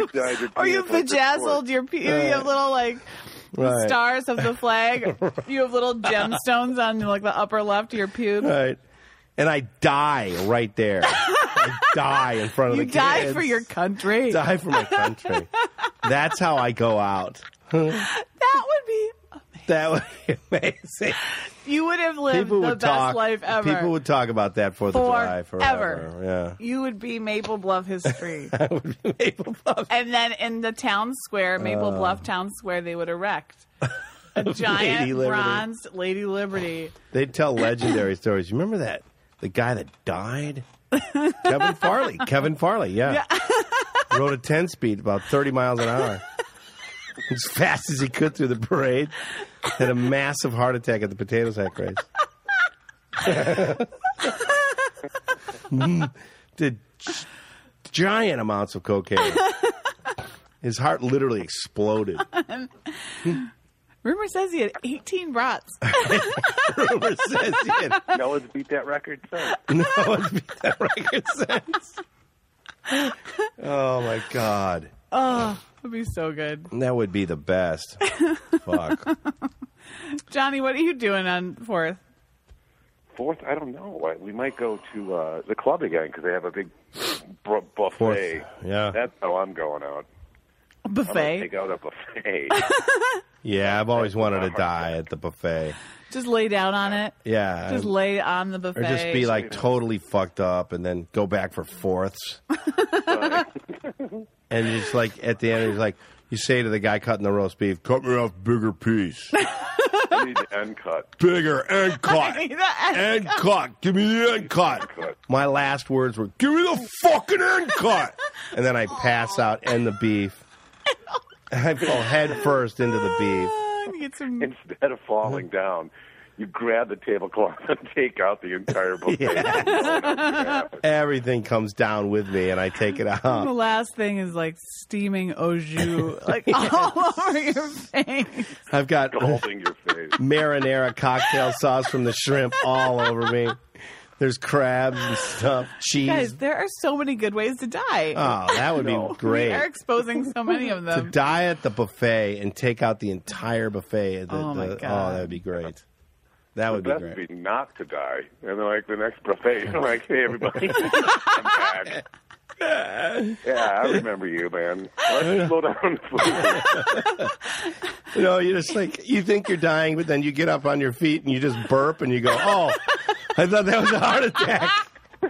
you died in Or you beautiful vajazzled discord. your pubes. You have little like Right. stars of the flag. You have little gemstones on like the upper left of your pubes. Right. And I die right there. I die in front of you the die kids. for your country. die for my country. That's how I go out. That would be. That would be amazing. You would have lived people the would best talk. life ever. People would talk about that Fourth of July Forever. forever. You would be Maple Bluff history. Yeah, that would be Maple Puff. and then in the town square, Maple Bluff town square, they would erect a giant Uh. Lady Liberty. bronze Lady Liberty. They'd tell legendary stories. You remember that the guy that died, Kevin Farley. Kevin Farley, yeah, rode a ten speed about thirty miles an hour as fast as he could through the parade. Had a massive heart attack at the potato sack race. Mm, Did gi- giant amounts of cocaine. His heart literally exploded. Rumor says he had 18 brats. Rumor says he had No one's beat that record since. No one's beat that record since. Oh my god, That'd be so good. that would be the best. Fuck. Johnny, what are you doing on 4th? Fourth, I don't know. I- We might go to uh, the club again because they have a big br- buffet. Fourth, yeah. That's how I'm going out. I'm gonna Buffet. Take out a buffet. Yeah, I've always wanted to die at the buffet. Just lay down on it. Yeah, Just lay on the buffet. or just be like totally fucked up and then go back for fourths. and it's like at the end, he's like, you say to the guy cutting the roast beef, "Cut me off bigger piece." You need the end cut. Bigger and cut. End cut. Give me the end cut. Cut. My last words were, Give me the fucking end cut. and then I pass out and the beef. I fall head first into the beef. Get some Instead of falling down, you grab the tablecloth and take out the entire buffet. Everything comes down with me, and I take it The out. last thing is like steaming au jus, like all over your face. I've got Scalding your face. marinara cocktail sauce from the shrimp all over me. There's crabs and stuff, cheese. Guys, there are so many good ways to die. oh, that would be We are great. exposing so many of them. Die at the buffet and take out the entire buffet. The- Oh, my the- God. oh, that would be great. That would be Best great. be not to die. And then, like, the next buffet, I'm like, hey, everybody, I'm back. Yeah, I remember you, man. Let's slow down. You know, you're just like you think you're dying, but then you get up on your feet and you just burp and you go, "Oh, I thought that was a heart attack."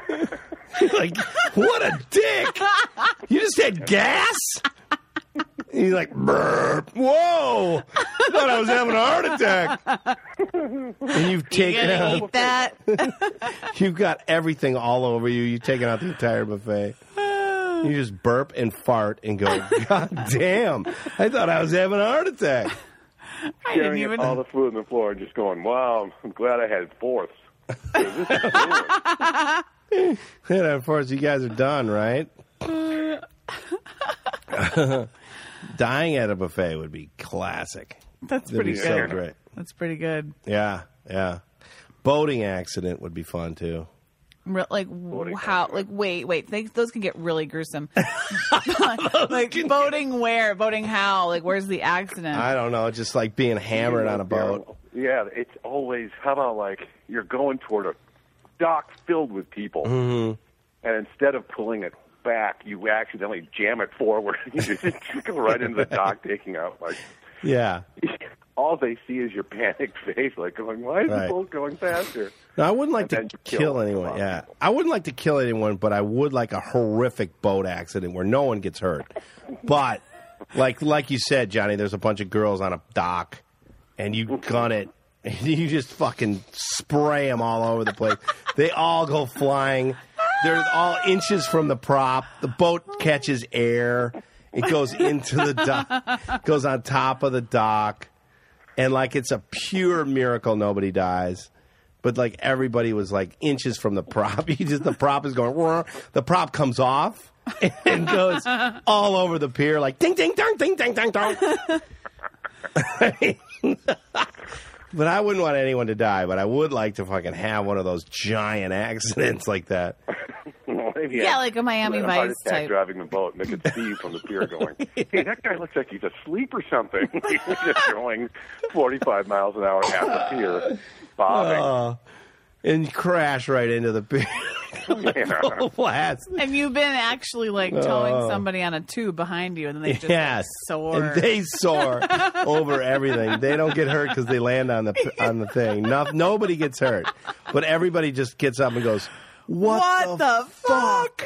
like, what a dick! You just had gas. And you're like, burp. Whoa! I thought I was having a heart attack. And you've taken Gonna out, eat that. you've got everything all over you. You've taken out the entire buffet. You just burp and fart and go, God damn! I thought I was having a heart attack. I didn't Staring at even. all the food on the floor and just going, wow, I'm glad I had fourths. 'Cause This is good. And of course, you guys are done, right? Dying at a buffet would be classic. That's That'd pretty be good. so great. That's pretty good. Yeah, yeah. Boating accident would be fun too. Re- like do you how? call it? Like wait, wait. They, those can get really gruesome. like boating where? Boating how? Like where's the accident? I don't know, just like being hammered on a boat. Yeah, it's always how about like you're going toward a dock filled with people, Mm-hmm. and instead of pulling it back, you accidentally jam it forward. you just go right into the dock, taking out like Yeah. all they see is your panicked face, like going, "Why is Right. the boat going faster?" Now, I wouldn't like And then to you kill, kill a lot anyone. of Yeah, people. I wouldn't like to kill anyone, but I would like a horrific boat accident where no one gets hurt. but like like you said, Johnny, there's a bunch of girls on a dock, and you gun it, and you just fucking spray them all over the place. they all go flying. They're all inches from the prop. The boat catches air. It goes into the dock. Goes on top of the dock and like it's a pure miracle nobody dies. But like everybody was like inches from the prop. You just the prop is going. "Roar." The prop comes off and goes all over the pier like ding ding dong ding ding dong dong. but I wouldn't want anyone to die. But I would like to fucking have one of those giant accidents like that. yeah, yeah, like a Miami a heart Vice attack type. driving the boat, and they could see you from the pier going, "Hey, that guy looks like he's asleep or something." just going 45 miles an hour half the pier, Oh, bobbing. And crash right into the pier. Yeah. Oh, Blast. Have you been actually like towing somebody on a tube behind you, and then they just Oh. yes, soar? and they soar over everything. They don't get hurt because they land on the on the thing. No, nobody gets hurt, but everybody just gets up and goes, "What, What the fuck?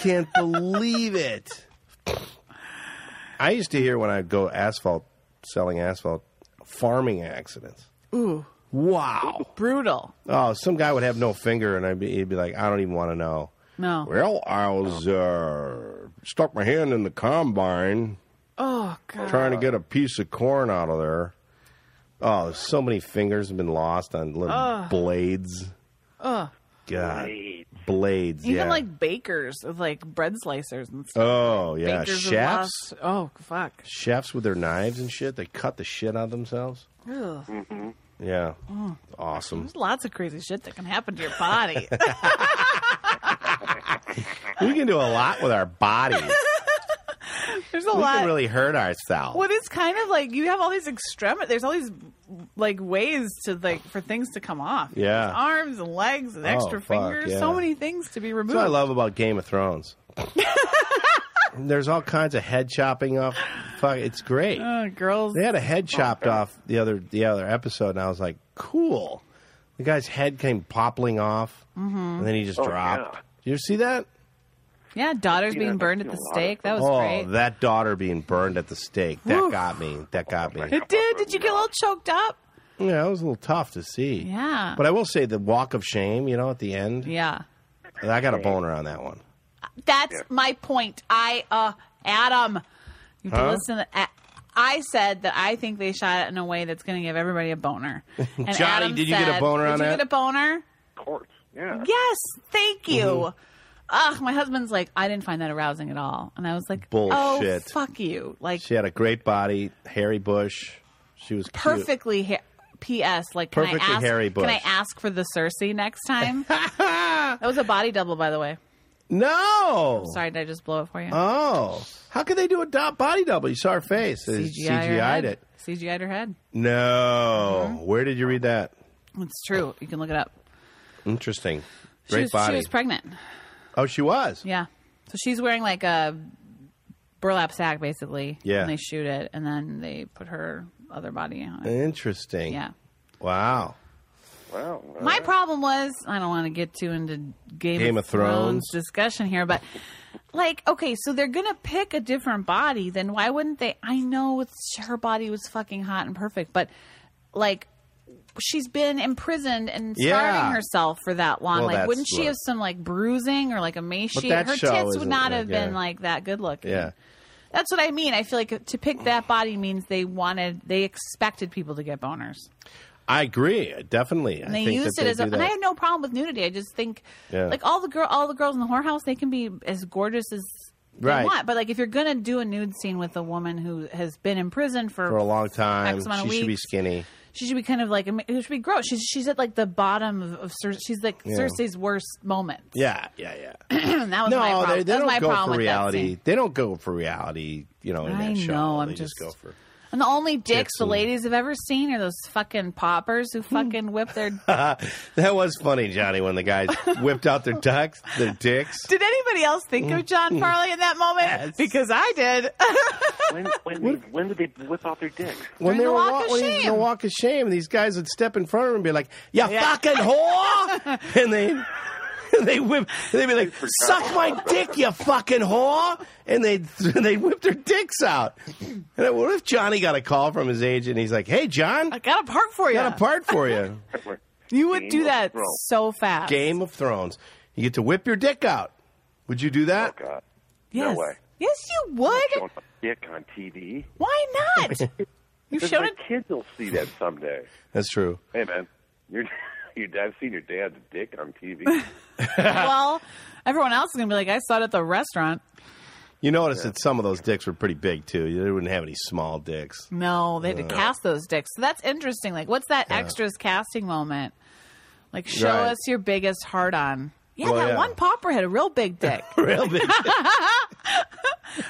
Can't believe it." I used to hear when I'd go asphalt selling asphalt, farming accidents. Ooh, Wow! brutal. Oh, some guy would have no finger, and I'd be, he'd be like, "I don't even want to know." No. Well, I was uh, stuck my hand in the combine. Oh god. trying to get a piece of corn out of there. Oh, so many fingers have been lost on little Uh. blades. Ugh. God. Blades. Even yeah. like bakers with like bread slicers and stuff. oh yeah, bakers with chefs. lost- Oh fuck. Chefs with their knives and shit. They cut the shit out of themselves. Ugh. Mm. There's Yeah. Mm. Awesome. lots of crazy shit that can happen to your body. We can do a lot with our bodies. There's a We lot. can really hurt ourselves. Well, it's kind of like you have all these extremities. There's all these like ways to like for things to come off. Yeah. Oh, There's arms and legs and extra fuck, fingers. yeah. So many things to be removed. That's what I love about Game of Thrones. There's all kinds of head chopping off. Fuck, it's great. Uh, girls. They had a head chopped off the other the other episode, and I was like, "Cool." The guy's head came poppling off, Mm-hmm. and then he just Oh, dropped. yeah. Did You ever see that? Yeah, daughters being I've burned at seen the a lot of stake. That was oh, great. Oh, that daughter being burned at the stake. That Woof. got me. That got me. it did. Did you get a little choked up? Yeah, it was a little tough to see. Yeah. But I will say the walk of shame, you know, at the end, Yeah. I got a boner on that one. That's my point. I, uh, Adam, you have to Huh? listen. To, A- I said that I think they shot it in a way that's going to give everybody a boner. And Johnny, Adam did you get a said- boner did on you that? get a boner? Of course. Yeah. Yes, thank you. Mm-hmm. Ugh, my husband's like, I didn't find that arousing at all, and I was like, Bullshit. Oh, fuck you! Like She had a great body, hairy bush. She was cute. perfectly. Ha- P.S. Like, can Perfectly I ask? hairy Can I bush. ask for the Cersei next time? that was a body double, by the way. No. Sorry, did I just blow it for you? Oh, how could they do a do- body double? You saw her face. They her head. CGI'd it. CGI'd her head. No. Mm-hmm. Where did you read that? It's true. You can look it up. Interesting. she Great was, body. She was pregnant. oh, she was. Yeah. So she's wearing like a burlap sack, basically. Yeah. And they shoot it, and then they put her other body on it. Interesting. Yeah. Wow. Wow. My problem was I don't want to get too into Game, Game of Thrones. discussion here, but like, okay, so they're gonna pick a different body. Then why wouldn't they? I know it's, her body was fucking hot and perfect, but like, she's been imprisoned and starving Yeah. herself for that long. Well, like, that's- wouldn't she look. have some like bruising or like emaciation? that Her show tits would isn't like- not have been yeah. like that good looking. Yeah. That's what I mean. I feel like to pick that body means they wanted, they expected people to get boners. I agree. Definitely. I And they think used that it as a, they do and I that. have no problem with nudity. I just think Yeah. like all the girl, all the girls in the whorehouse, they can be as gorgeous as they Right. want. But like if you're gonna do a nude scene with a woman who has been in prison for, for a long time. X amount of She should be weeks. skinny. she should be kind of like it should be gross. She's she's at like the bottom of, of Cer- she's like Yeah. Cersei's worst moment. Yeah, yeah, yeah. that was my no, problem. they, they that was my don't go problem for with that reality. scene. They don't go for reality. You know, in I that show, know, I'm they just, just- go for. And the only dicks the and- Hmm. ladies have ever seen are those fucking paupers who fucking whip their. That was funny, Johnny, when the guys whipped out their ducks, their dicks. Did anybody else think Hmm. of John Farley in that moment? Because I did. When, when, did- when did they whip out their dicks? when During they the were walk wa- of when he was in the shame. walk of shame, these guys would step in front of him and be like, "You fucking whore," and they and they whip. They'd be like, "Suck my dick, you fucking whore," and they they whip their dicks out. And what if Johnny got a call from his agent? and He's like, "Hey, John, I got a part for you. got a part for you." You would do Game that of Thrones. so fast. Game of Thrones. You get to whip your dick out. Would you do Oh, that? God. Yes. No way. Yes, you would. Showing my dick on TV. Why not? You Because showed my it. kids will see that someday. That's true. Hey, man. Your, your dad, I've seen your dad's dick on TV. Well, everyone else is gonna be like, I saw it at the restaurant. You notice that some of those dicks were pretty big too. They wouldn't have any small dicks. No, they had to cast those dicks. So that's interesting. Like, what's that extras casting moment? Like, show Right. us your biggest hard on. Yeah, Well, that yeah. one pauper had a real big dick. Real big,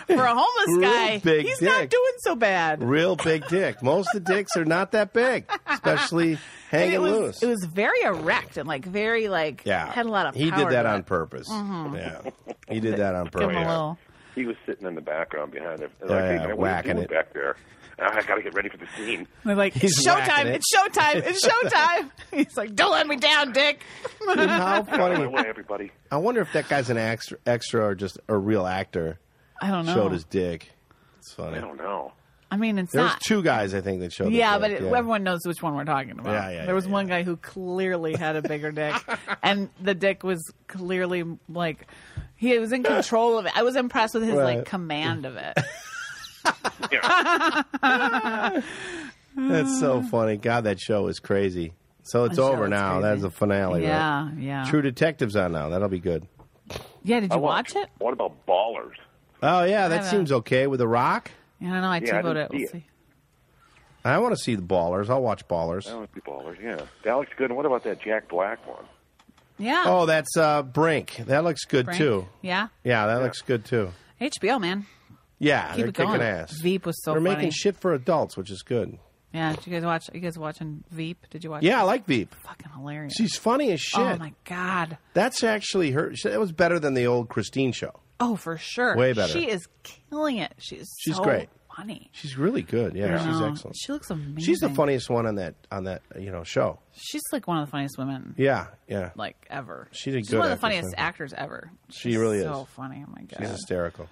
For a homeless Real guy, big he's not dick. doing so bad. real big dick. Most of the dicks are not that big, especially And hanging it was loose. it was very erect and like very like yeah, had a lot of He power did that to on it. Mm-hmm. purpose. Yeah, he did that on Give him purpose. a little. he was sitting in the background behind it. Like, Yeah, hey, man, what are you whacking doing it. back there? "Ah, I got to get ready for the scene. They're like, He's it's showtime, whacking it. it's showtime, it's showtime. He's like, don't let me down, Dick. And How By the funny! way, everybody. I wonder if that guy's an extra, extra or just a real actor. I don't know. Showed his dick. It's funny. I don't know. I mean, it's There's not. two guys I think that showed. their yeah, dick, but it, everyone knows which one we're talking about. Yeah, yeah, there was yeah, one guy who clearly had a bigger dick, and the dick was clearly like he was in control of it. I was impressed with his like Right. command of it. Yeah. That's so funny. God, that show is crazy. So it's That show over is now. crazy. That's the finale, right? yeah, yeah, True Detective's on now. That'll be good. yeah. Did I you watch watched- it? What about Ballers? Oh yeah, that haven't. seems okay with The Rock. I don't know. I Yeah, I T-voted it. didn't We'll see it. see. I want to see the Ballers. I'll watch Ballers. That would be Ballers, yeah. That looks good. And what about that Jack Black one? Yeah. Oh, that's uh, Brink. That looks good Frank? too. Yeah. Yeah, that looks good too. HBO man. Yeah, Keep they're it kicking going. ass. Veep was so they're funny. making shit for adults, which is good. Yeah. Did you guys watch? You guys watching Veep? Did you watch? Yeah, I like Veep. Fucking hilarious. She's funny as shit. Oh my god. That's actually her. That was better than the old Christine show. Oh, for sure. Way better. She is killing it. She is She's so great. funny. She's really good. Yeah, I she's know. excellent. She looks amazing. She's the funniest one on that on that you know show. She's like one of the funniest women Yeah, yeah. like ever. She's a good one of the actress, funniest isn't she? actors ever. She She's really So is. funny. Oh my god. She's hysterical.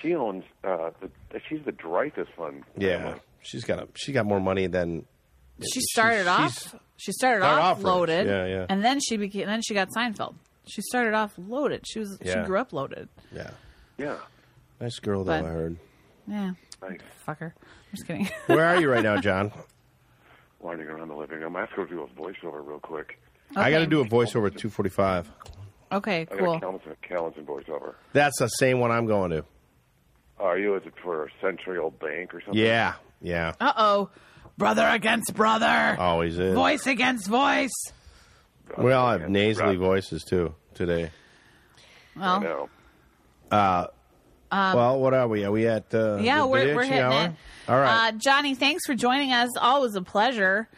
She owns, uh, the, she's the Dreyfus one. Yeah, she's got a, she got more money than she started she's- off. She started Started off, off rich. loaded. Yeah, yeah. And then she became. Then she got Seinfeld. She started off loaded. She was. Yeah. She grew up loaded. Yeah. Yeah. Nice girl, though, But- I heard. Yeah. Nice. Fucker. I'm just kidding. Where are you right now, John? Winding around the living room. I have to go do a voiceover real quick. I got to Okay. do a voiceover at 245. Okay. I Cool. got Calvin's, Calvin's voiceover. That's the same one I'm going to. Are you? Is it for Century Old Bank or something? Yeah. Yeah. Uh oh. Brother against brother. Always is. voice against voice. We all have And nasally Rob- voices, too, today. I Well. know. well, what are we? Are we at uh, Um, Yeah, the we're, bitch we're hitting hour? it. All right. uh, Johnny. Thanks for joining us. Always a pleasure.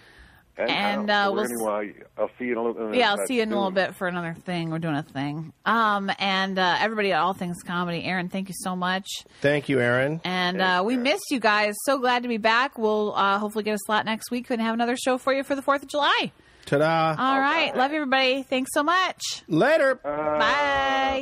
And, Tom, uh, we're we'll gonna, uh, I'll see you in a little. Yeah, I'll see you in a soon. little bit for another thing. We're doing a thing. Um, and uh, everybody at All Things Comedy, Aaron, thank you so much. Thank you, Aaron. And uh, we missed you guys. So glad to be back. We'll uh, hopefully get a slot next week and have another show for you for the 4th of July. Ta da. uh, All right. Love you, everybody. Thanks so much. Later. Bye.